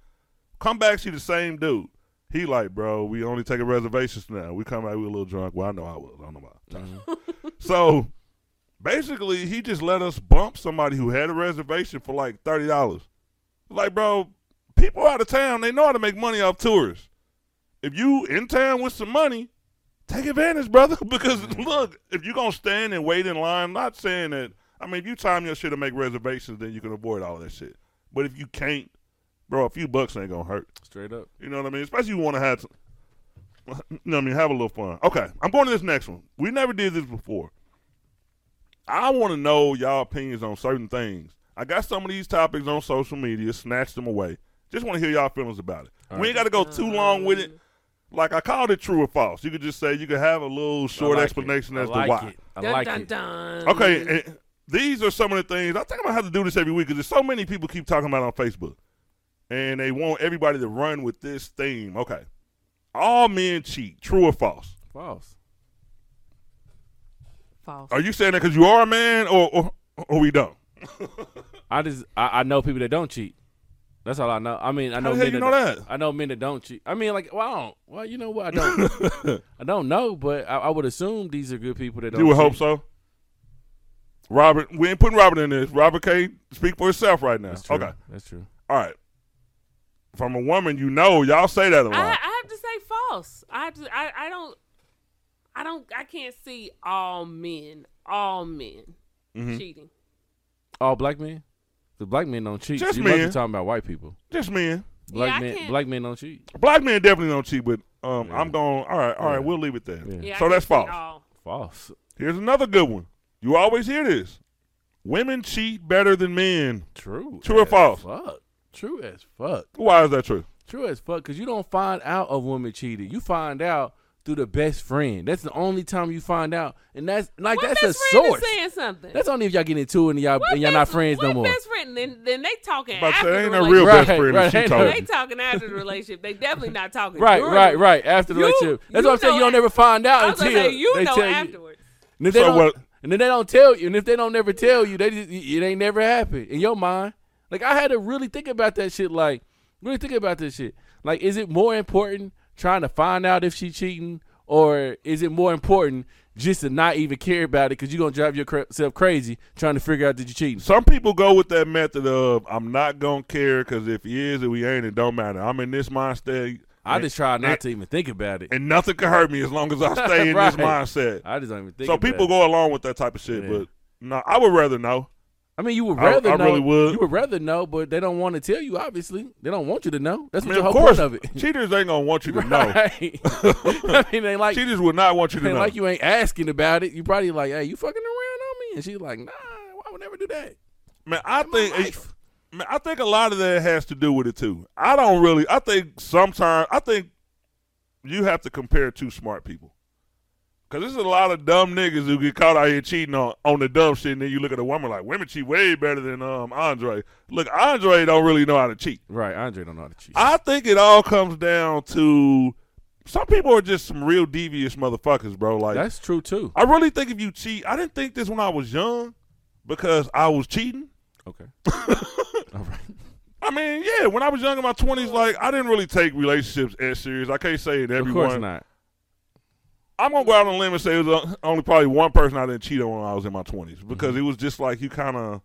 Come back, see the same dude. He like, bro, we only taking reservations now. We come out, we a little drunk. Well, I know I was. I don't know about
Mm-hmm.
Tasha. so basically, he just let us bump somebody who had a reservation for like thirty dollars. Like, bro, people out of town, they know how to make money off tourists. If you in town with some money, take advantage, brother. Because look, if you gonna stand and wait in line, I'm not saying that. I mean, if you time your shit to make reservations, then you can avoid all that shit. But if you can't, bro, a few bucks ain't gonna hurt.
Straight up.
You know what I mean? Especially you want to have, some- you know what I mean? Have a little fun. Okay, I'm going to this next one. We never did this before. I want to know y'all opinions on certain things. I got some of these topics on social media, snatched them away. Just want to hear y'all feelings about it.
All
We ain't got to go too long with it. Like I called it true or false. You could just say you could have a little short
I like it.
explanation
I
as
like
to why.
It. I
dun,
like
dun,
it.
dun.
Okay, and these are some of the things I think I'm gonna have to do this every week because there's so many people keep talking about it on Facebook, and they want everybody to run with this theme. Okay, all men cheat, true or false?
False.
False.
Are you saying that because you are a man, or or, or we don't?
I just I, I know people that don't cheat. That's all I know. I mean, I
How
know
the hell
men
you
that
know that?
I know men that don't cheat. I mean, like, well, I don't. Well, you know what? I don't. I don't know, but I, I would assume these are good people that don't.
You would
cheat.
hope so. Robert, we ain't putting Robert in this. Robert K, speak for yourself right now.
That's true.
Okay,
that's true.
all right. From a woman, you know, y'all say that a lot.
I, I have to say false. I have to, I, I don't I don't I can't see all men all men
Mm-hmm.
Mhm.
cheating.
All black men, the black men don't cheat.
Just
you must be
men.
talking about white people.
Just men.
Black
yeah, I
men,
can't,
black men don't cheat.
Black men definitely don't cheat, but um,
Yeah.
I'm going. All right, all right,
Yeah.
we'll leave it there.
Yeah.
yeah, I
so that's
can't see
false.
all.
False.
Here's another good one. You always hear this: women cheat better than men.
True.
True or
as
false?
Fuck. True as fuck.
Why is that true?
True as fuck. Cause you don't find out a woman cheated. You find out through the best friend. That's the only time you find out, and that's like
What
that's
best
a
friend is
source.
saying something.
That's only if y'all get into it and y'all
What
and y'all not
best-
friends
what
no more.
Best friend, then, then they talking
About to
after
say,
the
ain't no real
relationship.
best friend.
Right,
if she
right,
told
right.
They
you.
talking after the relationship. They definitely not talking.
Right,
during
right,
it.
right. After the
You-
relationship, that's
you
what I'm saying.
know
You don't
af-
ever find out
I was
until
gonna say you
they
know
tell you.
afterwards.
And if they
So
don't,
what-
and then they don't tell you, and if they don't never tell you, they just, it ain't never happened in your mind. Like I had to really think about that shit. Like really think about this shit. Like is it more important trying to find out if she cheating, or is it more important just to not even care about it because you gonna drive yourself crazy trying to figure out that you cheating?
Some people go with that method of I'm not gonna care because if he is or he ain't, it don't matter. I'm in this mindset.
I
and-
just try not
and-
to even think about it.
and nothing can hurt me as long as I stay in this
Right.
mindset.
I just don't even think.
So
about
people
it.
go along with that type of shit,
Yeah.
but no, I would rather know.
I mean, you would
I-
rather
I
know.
really would.
You would rather know, but they don't want to tell you. Obviously, they don't want you to know. That's
I
what
mean,
the
of
whole
course,
point of it.
cheaters ain't gonna want you to know.
Right. I mean, they like
Cheaters would not want you to
they
know.
like you ain't asking about it. You probably like, hey, you fucking around on me, and she's like, nah, I would never do that.
man, I
my
think
life.
man, I think a lot of that has to do with it too. I don't really. I think sometimes I think you have to compare two smart people. Cause there's a lot of dumb niggas who get caught out here cheating on, on the dumb shit, and then you look at a woman like women cheat way better than um Andre. Look, Andre don't really know how to cheat.
Right, Andre don't know how to cheat.
I think it all comes down to some people are just some real devious motherfuckers, bro. Like
That's true too.
I really think if you cheat, I didn't think this when I was young because I was cheating.
Okay. All right.
I mean, yeah, when I was young in my twenties, like I didn't really take relationships as serious. I can't say it
Of
everyone.
course not.
I'm gonna go out on a limb and say it was uh, only probably one person I didn't cheat on when I was in my twenties because it was just like you kind of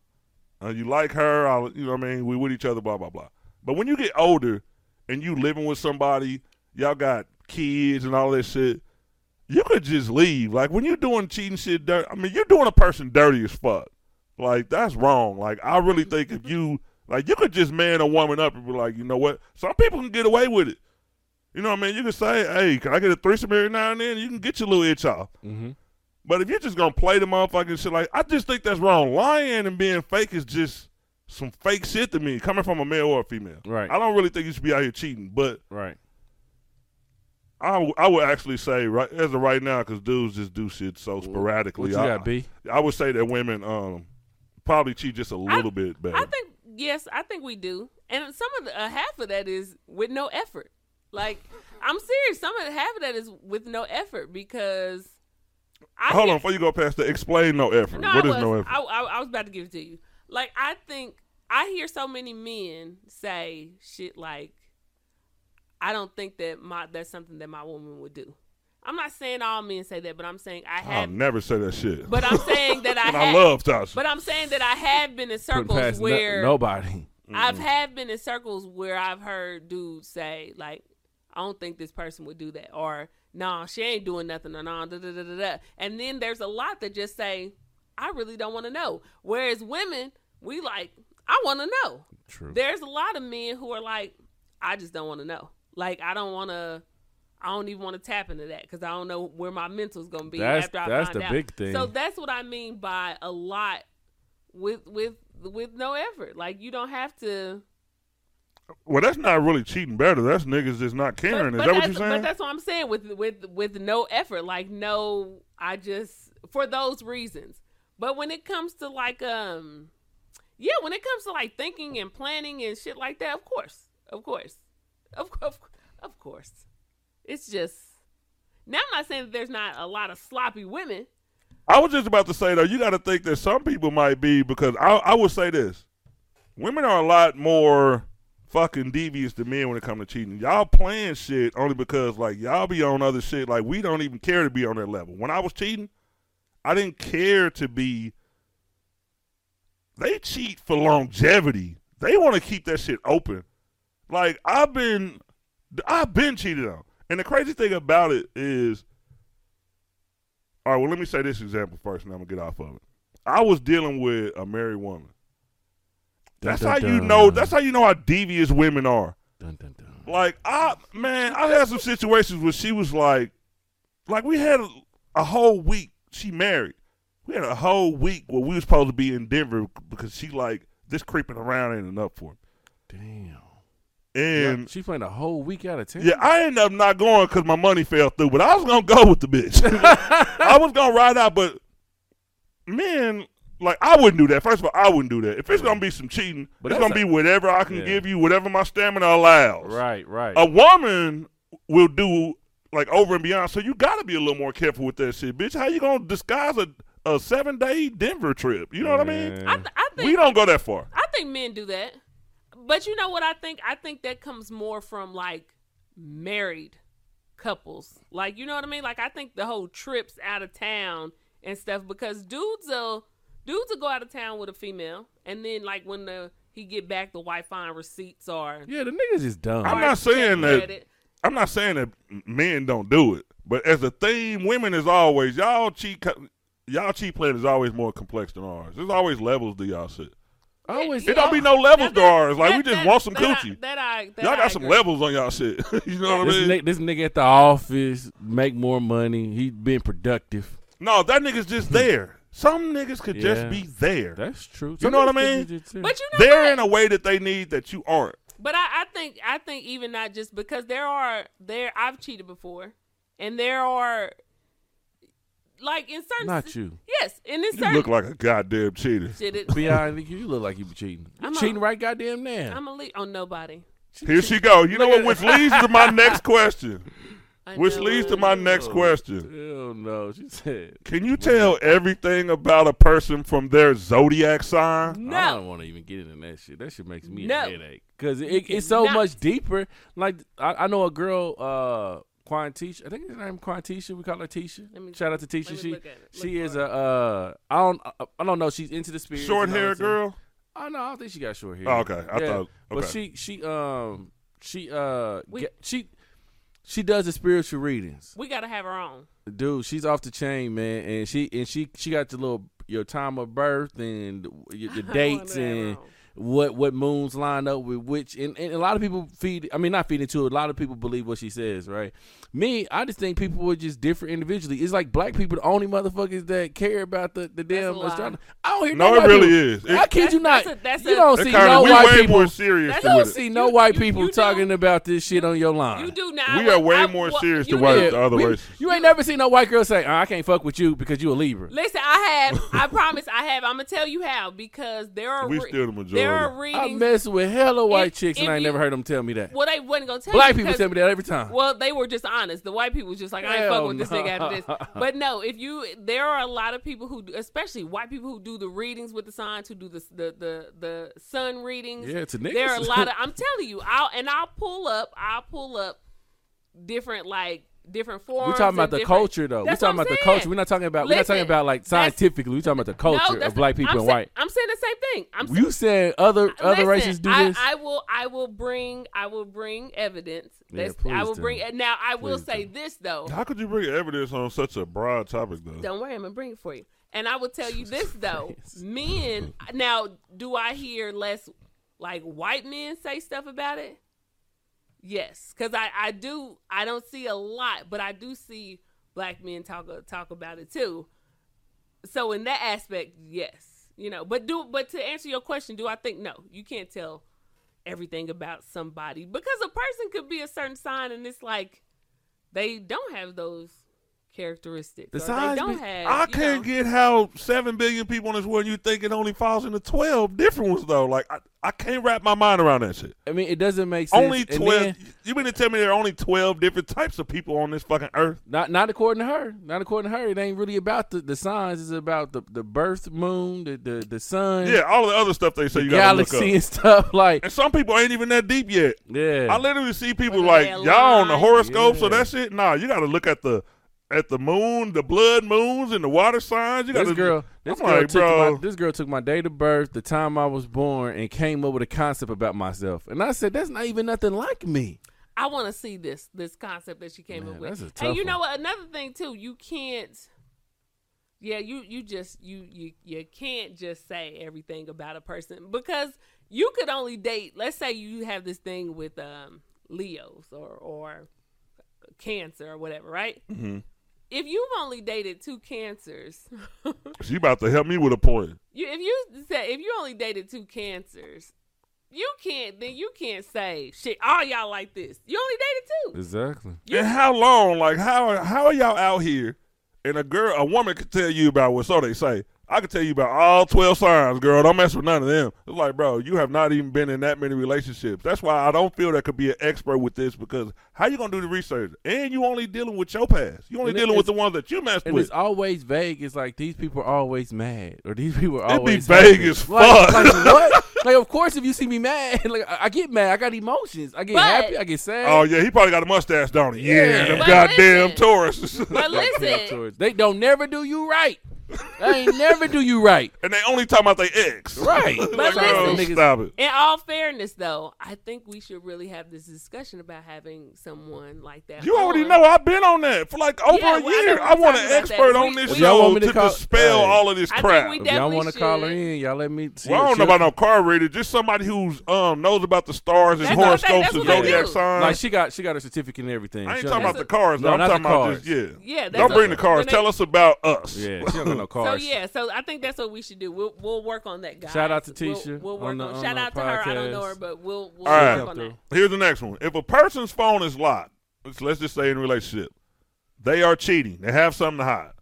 uh, you like her, I, you know what I mean? We with each other, blah blah blah. But when you get older and you living with somebody, y'all got kids and all that shit, you could just leave. Like when you're doing cheating shit, dirt. I mean, you're doing a person dirty as fuck. Like that's wrong. Like I really think if you like, you could just man a woman up and be like, you know what? Some people can get away with it. You know what I mean? You can say, hey, can I get a threesome every now and then? You can get your little itch off.
hmm
But if you're just gonna play the motherfucking shit like I just think that's wrong. Lying and being fake is just some fake shit to me, coming from a male or a female.
Right.
I don't really think you should be out here cheating, but
Right.
I, w- I would actually say right as of right now, because dudes just do shit so
What
sporadically.
you
I,
got, B?
I would say that women um probably cheat just a little bit better.
I think yes, I think we do, and some of the uh, half of that is with no effort. Like I'm serious, some of the half of that is with no effort because I
Hold
think-
on, before you go past that, explain no effort.
No,
what
I
is
was,
no effort?
I, I, I was about to give it to you. Like I think I hear so many men say shit like, "I don't think that my that's something that my woman would do." I'm not saying all men say that, but I'm saying I
I'll
have.
never say that shit.
but I'm saying that I
Oh, And
have.
I love Tasha.
but I'm saying that I have been in
Putting
circles
past no-
where
nobody.
I've have been in circles where I've heard dudes say like, "I don't think this person would do that," or "No, she ain't doing nothing," or "No, da da da da da." And then there's a lot that just say, "I really don't want to know." Whereas women, we like, "I want to know."
True.
There's a lot of men who are like, "I just don't want to know." Like, I don't want to. I don't even want to tap into that because I don't know where my mental's gonna be
That's-
after I
that's
find
the
out.
big thing.
So that's what I mean by a lot with with with no effort. Like you don't have to.
Well, that's not really cheating better. That's niggas just not caring. Is that what
that's-
you're
But
saying?
that's what I'm saying with with with no effort. Like no, I just for those reasons. But when it comes to like um, yeah, when it comes to like thinking and planning and shit like that, of course, of course, of of, of course, it's just. Now I'm not saying that there's not a lot of sloppy women.
I was just about to say though, you got to think that some people might be because I, I would say this: women are a lot more fucking devious to men when it comes to cheating. Y'all playing shit only because like y'all be on other shit. Like we don't even care to be on that level. When I was cheating, I didn't care to be. They cheat for longevity. They want to keep that shit open. Like I've been, I've been cheated on. And the crazy thing about it is, all right. Well, let me say this example first, and I'm gonna get off of it. I was dealing with a married woman. That's how you know. That's how you know how devious women are.
Dun, dun, dun.
Like I, man, I had some situations where she was like, like we had a, a whole week. She married. We had a whole week where we was supposed to be in Denver because she like this creeping around ain't enough for me.
Damn.
And
she playing a whole week out of ten.
yeah, I ended up not going because my money fell through. But I was gonna go with the bitch. I was gonna ride out, but man, like I wouldn't do that. First of all, I wouldn't do that. If it's gonna be some cheating,
But
it's
that's
gonna
a-
be whatever I can
Yeah.
give you, whatever my stamina allows.
Right, right.
A woman will do like over and beyond. So you gotta be a little more careful with that shit, bitch. How you gonna disguise a, a seven day Denver trip? You know what I mean?
I, th- I think
We don't go that far.
I think men do that. But you know what I think? I think that comes more from like married couples. Like you know what I mean? Like I think the whole trips out of town and stuff because dudes will dudes will go out of town with a female and then like when the he get back the wife find receipts or
yeah, the niggas is dumb.
I'm
or
not
check
saying that-
credit.
I'm not saying that men don't do it, but as a theme, women is always y'all cheat. co- Y'all cheat plan is always more complex than ours. There's always levels to y'all shit.
I always
It don't be no
Now
levels to
that-
ours. Like we
that-
just
that-
want some
that I-
coochie.
that I that
y'all
I
got some
agree.
levels on y'all shit. you know what I mean?
this, ni- this nigga at the office make more money. He been productive.
no, that nigga's just there. Some niggas could
Yeah.
just be there.
That's true.
know what I
niggas
mean?
do that too.
But you know what?
They're in a way that they need that you aren't.
But I, I think I think even not just because there are there I've cheated before, and there are like in certain
not you.
yes, and in
You
certain
look like a goddamn cheater.
shit. It,
Beyond you, you look like you be cheating. You
I'm a-
cheating right goddamn now.
I'm a lead on oh, nobody.
Here she go. You know
Look
what?
at-
Which leads to my next question.
I
Which
know
leads to
it.
my next question.
Hell no, she said.
Can you tell everything about a person from their zodiac sign?
no.
I don't want to even get into that shit. That shit makes me
No.
a headache because it, it's so
cannot.
much deeper. Like I, I know a girl, uh, Quantisha. I think her name Quantisha. We call her Tisha.
Let me-
Shout out to
let
Tisha.
me
She
look at it. Look
she is
for
a uh, I don't I, I don't know. She's into the spirit.
Short hair girl?
Oh no, I don't think she got short hair.
Oh, okay. I
Yeah.
thought.
But
Okay.
she she um she uh
We-
get- she she does the spiritual readings.
We gotta have our own.
Dude, she's off the chain, man, and she and she she got the little your time of birth and your, the
I wanna
dates
have our
and
own.
what what moons line up with which and, and a lot of people feed i mean not feed into it a lot of people believe what she says right me i just think people are just different individually it's like black people the only motherfuckers that care about the, the damn
a lie.
astronomy i don't hear
No,
no
it
white
really
people.
is.
i
It,
kid you not
That's a- that's
you
a-
don't
it
see
kinda,
no
we
white
way
people
more serious
That's
you
than
don't
with it.
see no
You-
white
you-
people
you
talking
don't-
about this shit on your line
You do now.
We
I-
are way
I-
more
well,
serious
you
than white
do.
the other
we-
races.
you ain't never seen no white girl say, "Uh, I can't fuck with you because you a Libra.
Listen, I have. I promise, I have. I'm gonna tell you how because there are
We
re-
still the majority.
there are
I
readings.
mess with hella white
If-
chicks and
if
I ain't
you-
never heard them tell me that.
well, they wasn't gonna tell
Black
you
people
because-
tell me that every time.
Well, they were just honest. The white people was just like, I ain't
Hell
fucking with this
no.
nigga after this. But no, if you, there are a lot of people who, do, especially white people who do the readings with the signs, who do the the the, the sun readings.
Yeah, it's a niggas.
There are a lot of. I'm telling you, I'll and I'll pull up. I'll pull up different like different forums.
We're talking about
and
the
different-
culture, though. We're
That's
talking
what
about
I'm
the
saying.
culture. We're not talking about. we're not talking
Listen,
about like
that's-
scientifically. We're talking about the culture
that's
of black
the-
people
I'm
and
say-
white.
I'm saying the same thing. I'm saying
You saying other other
Listen,
races do
I,
this?
I will. I will bring. I will bring evidence.
Yeah,
That's- I
please
will
do.
bring. Now, I will
Please
say this though.
How could you bring evidence on such a broad topic, though?
Don't worry, I'm gonna bring it for you. And I will tell you this though,
Christ.
men. Now, do I hear less like white men say stuff about it? Yes, because I I do. I don't see a lot, but I do see black men talk talk about it too. So in that aspect, yes, you know. But do but to answer your question, do I think no? You can't tell everything about somebody because a person could be a certain sign, and it's like they don't have those characteristics.
The
or
size
they don't
be-
have.
I
you
can't
know.
get how seven billion people on this world. You think it only falls into twelve different ones though? Like I, I can't wrap my mind around that shit.
I mean, it doesn't make sense.
Only
And
twelve.
then-
you mean to tell me there are only twelve different types of people on this fucking earth?
Not not according to her. Not according to her. It ain't really about the, the signs. It's about the, the birth, moon, the the, the sun,
Yeah, all the other stuff they say you gotta look
Mm. galaxy
up.
and stuff. Like
And some people ain't even that deep yet.
yeah,
I literally see people
Whether they
like y'all on the
alive.
horoscopes or
Yeah.
that shit. Nah, you gotta look at the at the moon, the blood moons, and the water signs. You gotta
this girl, this
I'm
girl
like,
took
bro.
my this girl took my date of birth, the time I was born, and came up with a concept about myself. And I said, that's not even nothing like me.
I want to see this this concept that she came
Man,
up with.
that's a tough
and you know
one.
what? Another thing too, you can't. Yeah, you you just you you you can't just say everything about a person because you could only date. Let's say you have this thing with um Leos or or Cancer or whatever, right?
Mm-hmm.
If you've only dated two Cancers,
She about to help me with a point.
You, if you say if you only dated two cancers, you can't then you can't say shit. All y'all like this. You only dated two.
Exactly.
And how long? Like how how are y'all out here? And a girl, a woman could tell you about what so they say. I could tell you about all twelve signs, girl. Don't mess with none of them. It's like, bro, you have not even been in that many relationships. That's why I don't feel that could be an expert with this because how you gonna do the research? And you only dealing with your past. You only
And it-
dealing with the
it's-
ones that you messed
And
with.
it's always vague. It's like these people are always mad, or these people are
It be
always
vague
happy.
as
Like,
fuck.
like, what? like of course, if you see me mad, like I, I get mad. I got emotions. I get
But-
happy. I get sad.
Oh yeah, he probably got a mustache, don't he? Yeah,
Yeah.
them
But
goddamn
listen.
Tauruses.
But
Yeah,
listen,
towards- They don't never do you right. They ain't never do you right.
and they only talk about their ex.
Right.
like,
But
bro,
listen.
stop it.
in all fairness though, I think we should really have this discussion about having someone like that.
You already
on.
know I've been on that for like over
Oh, Yeah, well, I
a
know
year.
we're
I want
talking
an
about
expert
that.
on
We-
this
we- Y'all
show
want me
to,
to call-
dispel
Hey.
all of this
I think
crap.
we
If y'all
Definitely
want to call her
should.
in, y'all let me. see
well, I
her.
don't know about no car reader. Just somebody who's um knows about the stars and
That's what I'm saying.
horoscopes
That's
and
what
I
zodiac
do.
signs.
Like she got, she got her certificate and everything.
I ain't
She
talking
don't-
about the cars.
No,
though. I'm
not
talking
the
about
cars.
just yeah.
Yeah, that's
don't
what-
bring the cars.
when they-
Tell us about us.
Yeah, she don't got no
So
cars.
yeah, so I think that's what we should do. We'll we'll work on that, guys.
Shout out to
We'll-
Tisha
We'll,
on
work
the-
on.
on
Shout
the
out to her. I don't know her,
podcast.
but we'll we'll
All right.
work on that.
Here's the next one. If a person's phone is locked, let's, let's just say in a relationship, they are cheating. They have something to hide.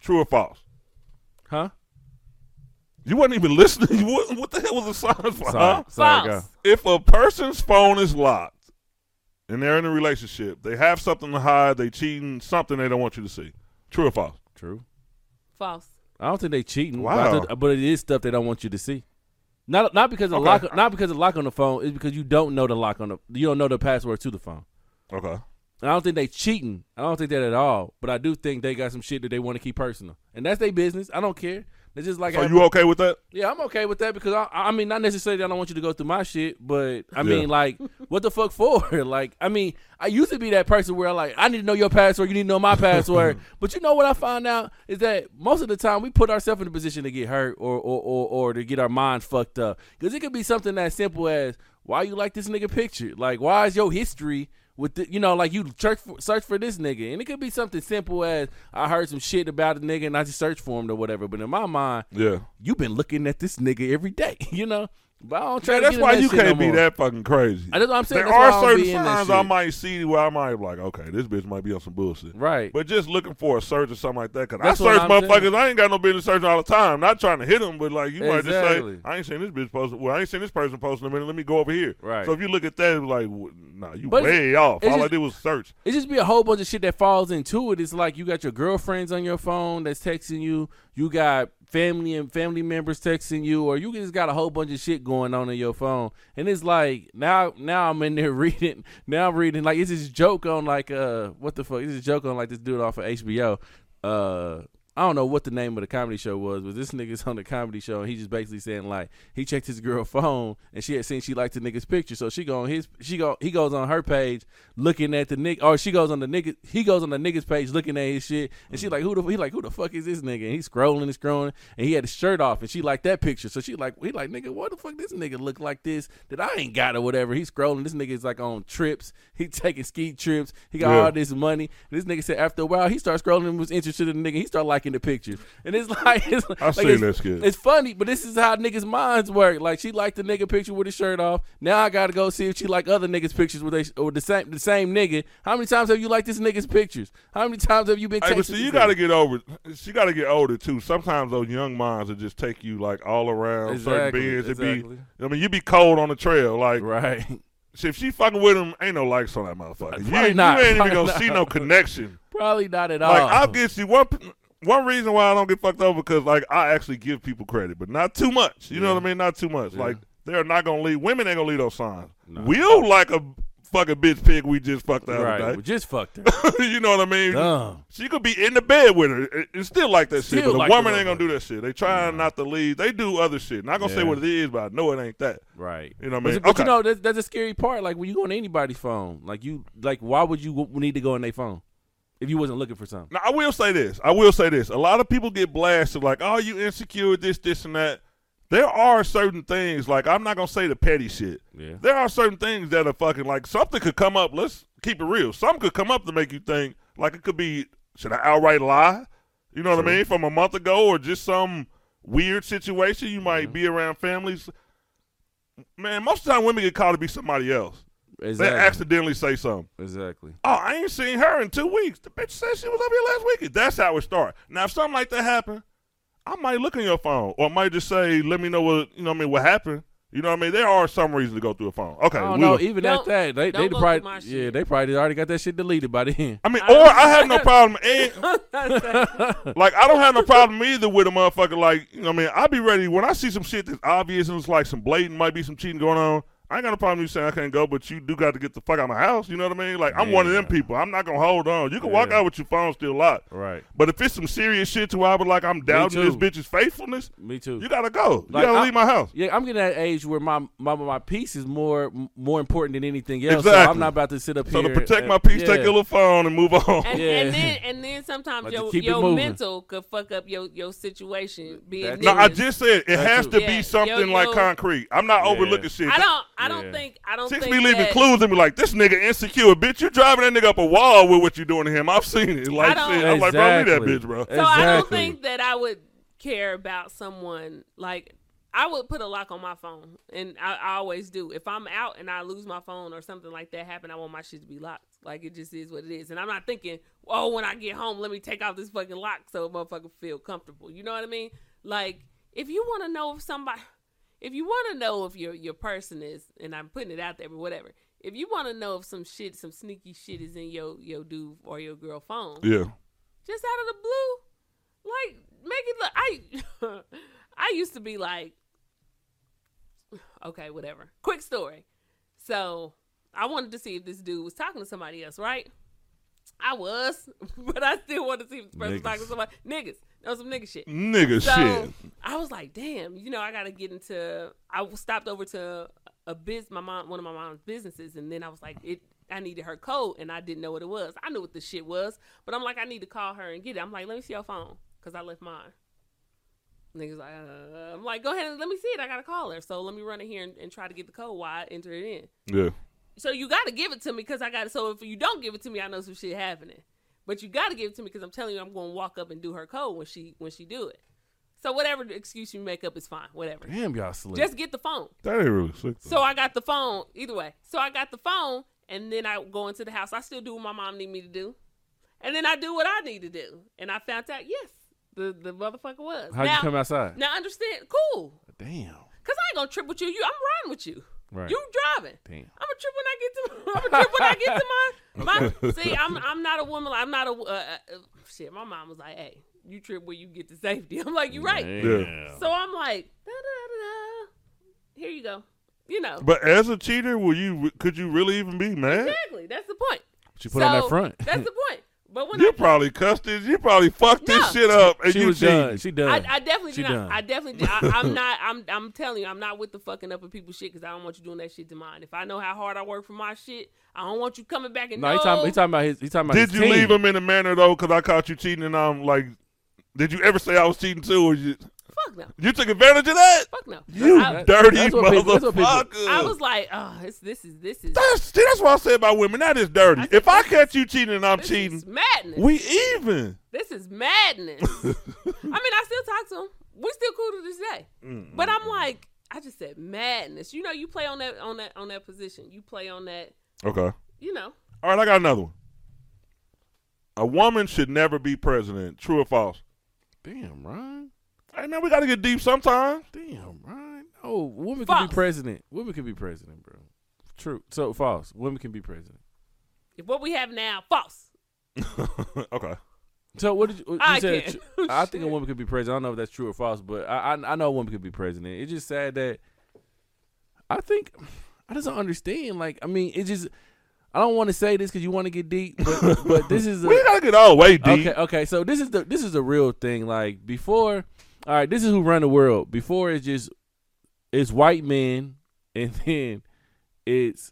True or false?
Huh?
You wasn't even listening. You wasn't, what the hell was the silence for? Huh?
Sorry, sorry,
False.
go.
if a person's phone is locked and they're in a relationship, they have something to hide, they cheating, something they don't want you to see. True or false?
True.
False.
I don't think they cheating.
Wow.
but I think- But it is stuff they don't want you to see. Not not because of
Okay.
lock, not because of lock on the phone. It's because you don't know the lock on the, you don't know the password to the phone.
Okay.
And I don't think they cheating. I don't think that at all. But I do think they got some shit that they want to keep personal, and that's their business. I don't care. They just like
So
having-
you okay with that?
Yeah, I'm okay with that because I, I mean, not necessarily I don't want you to go through my shit, but I
Yeah.
mean, like, what the fuck for? like, I mean, I used to be that person where like I need to know your password, you need to know my password. but you know what I found out is that most of the time we put ourselves in a position to get hurt or or or, or to get our minds fucked up because it could be something as simple as why you like this nigga picture, like why is your history. With the, you know, like you search for, search for this nigga, and it could be something simple as I heard some shit about a nigga, and I just searched for him or whatever. But in my mind,
Yeah.
you've been looking at this nigga every day, you know. But I don't try.
Yeah,
to
that's
get in
why
that
you
shit
can't
no
be
more.
that fucking crazy.
I- that's what I'm saying.
There
That's why
are
I don't
certain
be in that
signs I
shit.
might see where I might be like, okay, this bitch might be on some bullshit.
Right.
But just looking for a search or something like that, because I
That's what
search
I'm
motherfuckers.
saying.
I ain't got no business searching all the time. Not trying to hit them, but like you might
Exactly.
just say, I ain't seen this bitch posting. Well, I ain't seen this person posting a minute. Let me go over here.
Right.
So if you look at that, it was like, w- nah, you
But it's-
way off. All
it's
I
just-
did was search.
It just be a whole bunch of shit that falls into it. It's like you got your girlfriends on your phone that's texting you. You got family and family members texting you, or you just got a whole bunch of shit going on in your phone. And it's like now, now I'm in there reading. Now I'm reading like it's this joke on like uh what the fuck? It's this joke on like this dude off of HBO. Uh, I don't know what the name of the comedy show was, but this nigga's on the comedy show and he just basically saying like he checked his girl phone and she had seen she liked the nigga's picture, so she go on his she go he goes on her page looking at the nigga or she goes on the nigga he goes on the nigga's page looking at his shit and she like who the he like who the fuck is this nigga and he scrolling and scrolling and he had his shirt off and she liked that picture so she like he like nigga what the fuck this nigga look like this that I ain't got or whatever he scrolling this nigga's like on trips he taking ski trips he got
Yeah.
all this money this nigga said after a while he starts scrolling and was interested in the nigga he started liking liking the pictures, and it's like it's like,
I've seen
it's,
that skit.
It's funny, but this is how niggas' minds work. Like she liked the nigga picture with his shirt off. Now I gotta go see if she like other niggas' pictures with they or the same the same nigga. How many times have you liked this nigga's pictures? How many times have you been?
Hey, but
texting
see,
this
you
nigga?
gotta get over. She gotta get older too. Sometimes those young minds will just take you like all around
Exactly,
certain bends.
exactly.
It be, I mean, you be cold on the trail. Like
right.
if she fucking with him, ain't no likes on that motherfucker. You,
Probably
ain't-
not,
you ain't even
probably
gonna
not.
see no connection.
Probably not at all.
Like I'll get you one. p- One reason why I don't get fucked over because like I actually give people credit, but not too much. You know what I mean? Not too much. Like they're not gonna leave. Women ain't gonna leave those signs. We don't like a fucking bitch pig we just fucked the
right.
other
Well, just fucked her.
day. you know what I mean?
Dumb.
She could be in the bed with her and- and still like that shit.
Still
But a
like
woman
the
ain't gonna do that shit. They trying not to leave. They do other shit. Not gonna say
Yeah.
what it is, but I know it ain't that.
Right.
You know what I
But,
mean?
but
okay.
you know that's, that's a scary part. Like when you go on anybody's phone, like you like why would you w- need to go on their phone if you wasn't looking for something?
now I will say this. I will say this. A lot of people get blasted like, "Oh, you insecure, this, this, and that." There are certain things like I'm not gonna say the petty shit.
Yeah.
There are certain things that are fucking like something could come up. Let's keep it real. Something could come up to make you think like it could be should I outright lie? You know what I mean? From a month ago or just some weird situation you might be around families. Man, most of the time women get called to be somebody else.
Exactly.
They accidentally say something.
exactly.
Oh, I ain't seen her in two weeks. The bitch said she was up here last weekend. That's how it started. Now, if something like that happened, I might look in your phone, or I might just say, "Let me know what you know." What I mean, what happened? You know what I mean? There are some reasons to go through a phone. Okay,
I don't
we
know.
will-
Even
Don't-
at that, they
don't
they
go through my
probably yeah
shit.
they probably already got that shit deleted by then.
I mean,
I
or
don't-
I have no problem. And, like, I don't have no problem either with a motherfucker. Like, you know what I mean? I be ready when I see some shit that's obvious and it's like some blatant, might be some cheating going on. I ain't got no problem you saying I can't go, but you do got to get the fuck out of my house. You know what I mean? Like, I'm one of them people. I'm not going to hold on. You can walk
Yeah.
out with your phone still locked.
Right.
But if it's some serious shit to where I was like, I'm doubting this
too.
bitch's faithfulness,
Me too.
you gotta go.
Like,
you gotta
I-
leave my house.
yeah, I'm getting that age where my my my peace is more m- more important than anything else. So
Exactly.
I'm not about to sit up
So to
here.
protect
and-
my peace,
yeah.
take your little phone and move on.
And,
Yeah.
and then and then sometimes
Like,
your,
keep it
your
moving.
mental could fuck up your, your situation. Be it
That-
no, I
niggas.
just said it
That
has
too.
to be
Yeah,
something
yo,
like
yo.
concrete. I'm not
Yeah.
overlooking shit.
I don't I don't
Yeah.
think I don't
Chicks
think
be leaving
that,
clues and be like, "This nigga insecure, bitch. You driving that nigga up a wall with what you doing to him? I've seen it. Like,
don't-
shit. I'm like, bro, leave that
Exactly.
bitch, bro.
Exactly.
So I don't think that I would care about someone like I would put a lock on my phone, and I, I always do. If I'm out and I lose my phone or something like that happen, I want my shit to be locked. Like it just is what it is, and I'm not thinking, oh, when I get home, let me take off this fucking lock so motherfucker feel comfortable. You know what I mean? Like if you want to know if somebody, if you want to know if your your person is, and I'm putting it out there, but whatever. If you want to know if some shit, some sneaky shit is in your your dude or your girl phone,
Yeah,
just out of the blue, like make it look. I I used to be like, okay, whatever. Quick story. So I wanted to see if this dude was talking to somebody else, right? I was, but I still wanted to see if this person was
Niggas.
talking to somebody. Niggas, that was some nigga shit.
nigga,
So
shit.
I was like, damn, you know, I gotta get into. I stopped over to a biz, my mom, one of my mom's businesses, and then I was like, it. I needed her code, and I didn't know what it was. I knew what the shit was, but I'm like, I need to call her and get it. I'm like, let me see your phone, cause I left mine. Niggas like, uh, I'm like, go ahead and let me see it. I gotta call her, so let me run in here and, and try to get the code while I enter it in
Yeah,
so you got to give it to me because I got it. So if you don't give it to me, I know some shit happening. But you got to give it to me because I'm telling you, I'm going to walk up and do her code when she when she do it. So whatever the excuse you make up is fine. Whatever.
Damn, y'all slick.
Just get the phone.
that ain't really sick. though.
So I got the phone. Either way, so I got the phone, and then I go into the house. I still do what my mom need me to do, and then I do what I need to do. And I found out, yes, the the motherfucker was.
How
now,
you come outside?
now understand, cool,
Damn.
because I ain't gonna trip with you. You, I'm riding with you.
Right.
You driving.
Damn.
I'm a trip when I get to. I'm a trip when I get to my. my see, I'm I'm not a woman. I'm not a uh, uh, shit. My mom was like, "Hey, you trip where you get to safety." I'm like, "You right."
Yeah.
So I'm like, da, da, da, da. "Here you go." You know
but as a cheater, will you? Could you really even be mad?
exactly. That's the point.
She put on that
So,
front.
That's the point. But when
You
I,
probably cussed it. You probably fucked
No.
this shit up, and
she
you
was done.
cheated.
She done.
I, I definitely
She
do not.
done.
I definitely. Do, I, I'm not. I'm. I'm telling you, I'm not with the fucking up of people's shit because I don't want you doing that shit to mine. If I know how hard I work for my shit, I don't want you coming back and
no, he talking, he talking about his. He talking about
Did
his
you
team.
leave him in a manner though? Because I caught you cheating, and I'm like, did you ever say I was cheating too? Or you,
Fuck no.
You took advantage of that?
Fuck no.
You
I,
dirty
that's what people- that's what people-
motherfucker.
I was like, oh, it's, this is this is
that's, see, that's what I say about women. That is dirty. if I catch you cheating and I'm
this
cheating,
is madness.
we even.
this is madness. I mean, I still talk to him. We still cool to this day.
Mm.
But
Mm-hmm.
I'm like, I just said madness. You know, you play on that on that on that position. You play on that.
Okay.
You know,
All right, I got another one. A woman should never be president. True or false?
Damn, Ron.
Hey man, we gotta get deep sometimes.
Damn, Ron. Oh, women can
False.
be president. Women can be president, bro. True. So false. Women can be president.
if what we have now false.
okay.
So what did you, you
I
said?
can.
tr- I think a
Shit.
woman could be president. I don't know if that's true or false, but I I, I know a woman could be president. It's just sad that I think I just don't understand. Like I mean, it just I don't want to say this because you want to get deep, but but this is a,
We gotta get all the way deep.
Okay, okay. So this is the this is the real thing. Like before, all right. This is who run the world. Before it's just it's white men, and then it's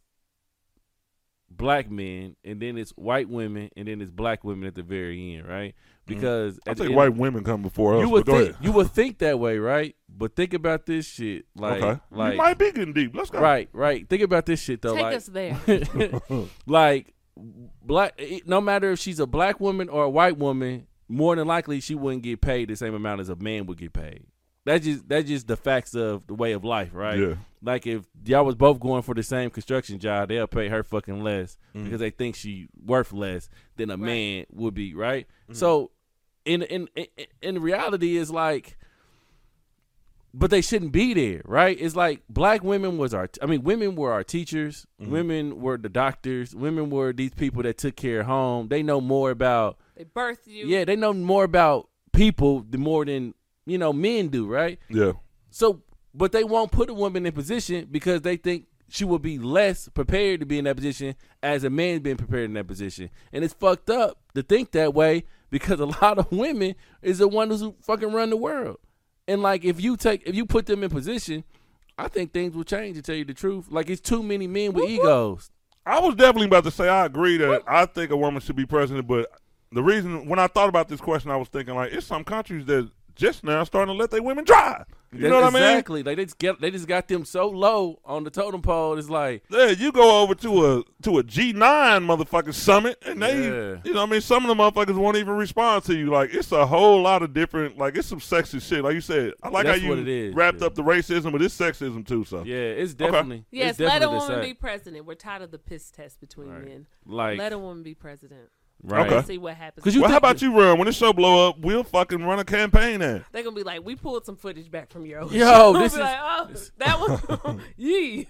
black men, and then it's white women, and then it's black women at the very end, right? Because
Mm-hmm. I
at the
think
end-
white women come before us.
you would
but go
think
ahead.
you would think that way, right? But think about this shit, like
okay.
like
you might be getting deep. Let's go.
right, right. Think about this shit though,
Take
like
us there.
like black it- no matter if she's a black woman or a white woman more than likely she wouldn't get paid the same amount as a man would get paid that's just that's just the facts of the way of life right
Yeah.
like if y'all was both going for the same construction job they'll pay her fucking less because they think she worth less than a man would be right so in in in, in reality is like but they shouldn't be there, right? It's like black women was our, I mean, women were our teachers, women were the doctors, women were these people that took care of home. They know more about,
They birth you.
yeah, they know more about people the more than you know men do, right?
Yeah.
So, but they won't put a woman in position because they think she will be less prepared to be in that position as a man being prepared in that position, and it's fucked up to think that way because a lot of women is the ones who fucking run the world, and like if you take if you put them in position, I think things will change. To tell you the truth, like it's too many men with egos.
I was definitely about to say I agree that I think a woman should be president, but the reason when I thought about this question, I was thinking like it's some countries that just now starting to let their women drive. You know what
exactly. Like they just get they just got them so low on the totem pole. It's like
I mean? Yeah, you go over to a to a G nine motherfucking summit, and they,
Yeah.
you know, what I mean, some of the motherfuckers won't even respond to you. Like it's a whole lot of different, like it's some sexist shit. Like you said, I like
That's
how you
what it is,
wrapped
yeah.
up the racism, but it's sexism too. So
yeah, it's definitely
Yes,
it's
let a
definitely the
woman be
same.
president. We're tired of the piss test between
Right.
men.
like
let a woman be president.
right.
Okay.
Let's see what happens.
'Cause you
well, how
think-
about you run when this show blow up? We'll fucking run a campaign at.
They're gonna be like, we pulled some footage back from your old
Yo,
show." I'll
this
be
is-
like, oh, that one, yee,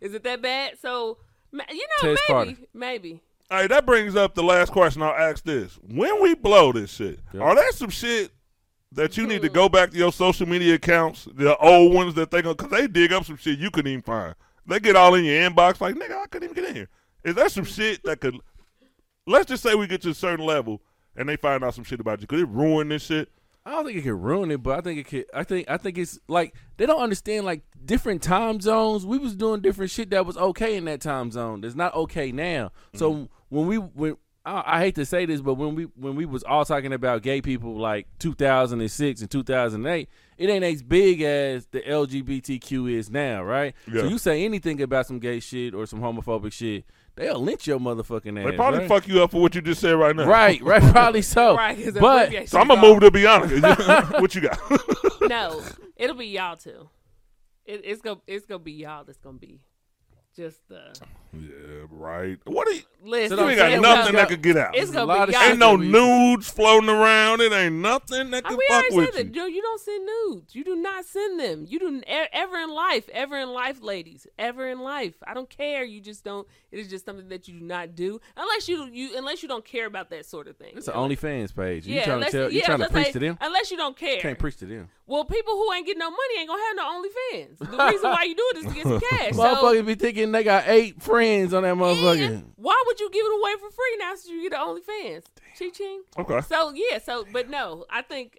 is it that bad? So, ma- you know,
Tez
maybe,
Carter.
maybe.
All right, that brings up the last question. I'll ask this: When we blow this shit,
Yeah.
are there some shit that you need to go back to your social media accounts, the old ones that they gonna, cause they dig up some shit you couldn't even find. They get all in your inbox like, nigga, I couldn't even get in here. Is there some shit that could? Let's just say we get to a certain level and they find out some shit about you. Could it ruin this shit?
I don't think it could ruin it, but I think it could. I think I think it's like they don't understand like different time zones. We was doing different shit that was okay in that time zone. That's not okay now.
Mm-hmm.
So when we when I, I hate to say this, but when we when we was all talking about gay people like 2006 and 2008, it ain't as big as the LGBTQ is now, right?
Yeah.
So you say anything about some gay shit or some homophobic shit, they'll lynch your motherfucking ass.
They probably
right?
fuck you up for what you just said right now.
Right, right, probably so.
Right, 'cause
Oh, but
abbreviations
So I'm gonna
are-
move to Bianca. what you got?
No, it'll be y'all too. It, it's gonna, it's gonna be y'all that's gonna be just the
yeah, right. What are you?
list.
So
You
don't
ain't
say
got
it.
nothing
We
that could get out.
It's
A
gonna
lot
be
of
y'all.
shit
Ain't no
we-
nudes floating around. It ain't nothing that
I-
can
we
fuck
already
with
said
you.
that. Yo, you don't send nudes. You do not send them. You do e- ever in life, ever in life, ladies, ever in life. I don't care. You just don't. It is just something that you do not do unless you you unless you don't care about that sort of thing.
It's an OnlyFans page. You
yeah,
trying to
unless-
tell? You
yeah,
trying to
let's
preach
say-
to them?
Unless you don't care.
Can't preach to them.
Well, people who ain't getting no money ain't gonna have no OnlyFans. The reason why you do it is to get some cash. so,
Motherfuckers be thinking they got eight friends on that motherfucker.
and why would you give it away for free now since you get the OnlyFans? Ching ching.
Okay.
So yeah, so but no, I think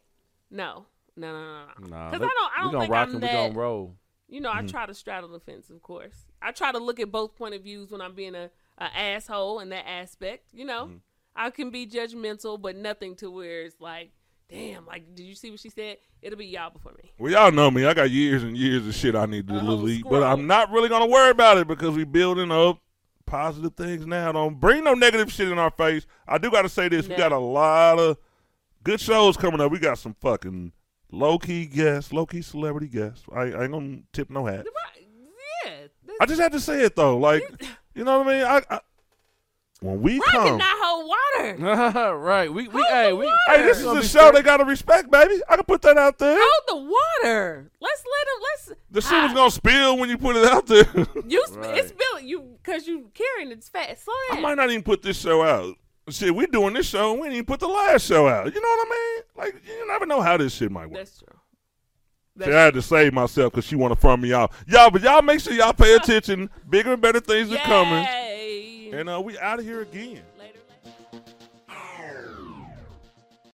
no, no, no, no, no.
Nah,
Because I don't, I
look, we
don't
gonna
think
rock
I'm
and
that.
we gonna roll.
You know,
Mm-hmm.
I try to straddle the fence, of course. I try to look at both point of views when I'm being a, a
Mm-hmm.
asshole in that aspect. You know, I can be judgmental, but nothing to where it's like damn, like, did you see what she said? It'll be y'all before me.
Well, y'all know me. I got years and years of shit I need to
A whole
delete, but
scroll.
I'm not really gonna worry about it because we building up positive things now. Don't bring no negative shit in our face. I do gotta say this: we
No.
got a lot of good shows coming up. We got some fucking low key guests, low key celebrity guests. I, I ain't gonna tip no hat.
The right- Yeah. that's-
I just had to say it though, like you know what I mean. I, I when we
Rock
come,
and not hold water.
right. We we
Hold
hey
the
we
water.
hey, this
we
is
gonna
a
be
show
straight.
they gotta respect, baby. I can put that out there.
Hold the water. Let's let him. Let's.
The shit was gonna spill when you put it out there.
You. sp
Right.
It's spilling. You because you carrying it's fat. Slow
I
down.
might not even put this show out. Shit, we doing this show and we didn't even put the last show out. You know what I mean? Like, you never know how this shit might work.
That's true.
See, I had to save myself because she want to front me off. Y'all, but y'all make sure y'all pay attention. Bigger and better things are coming.
Yay.
And uh, we out of here again.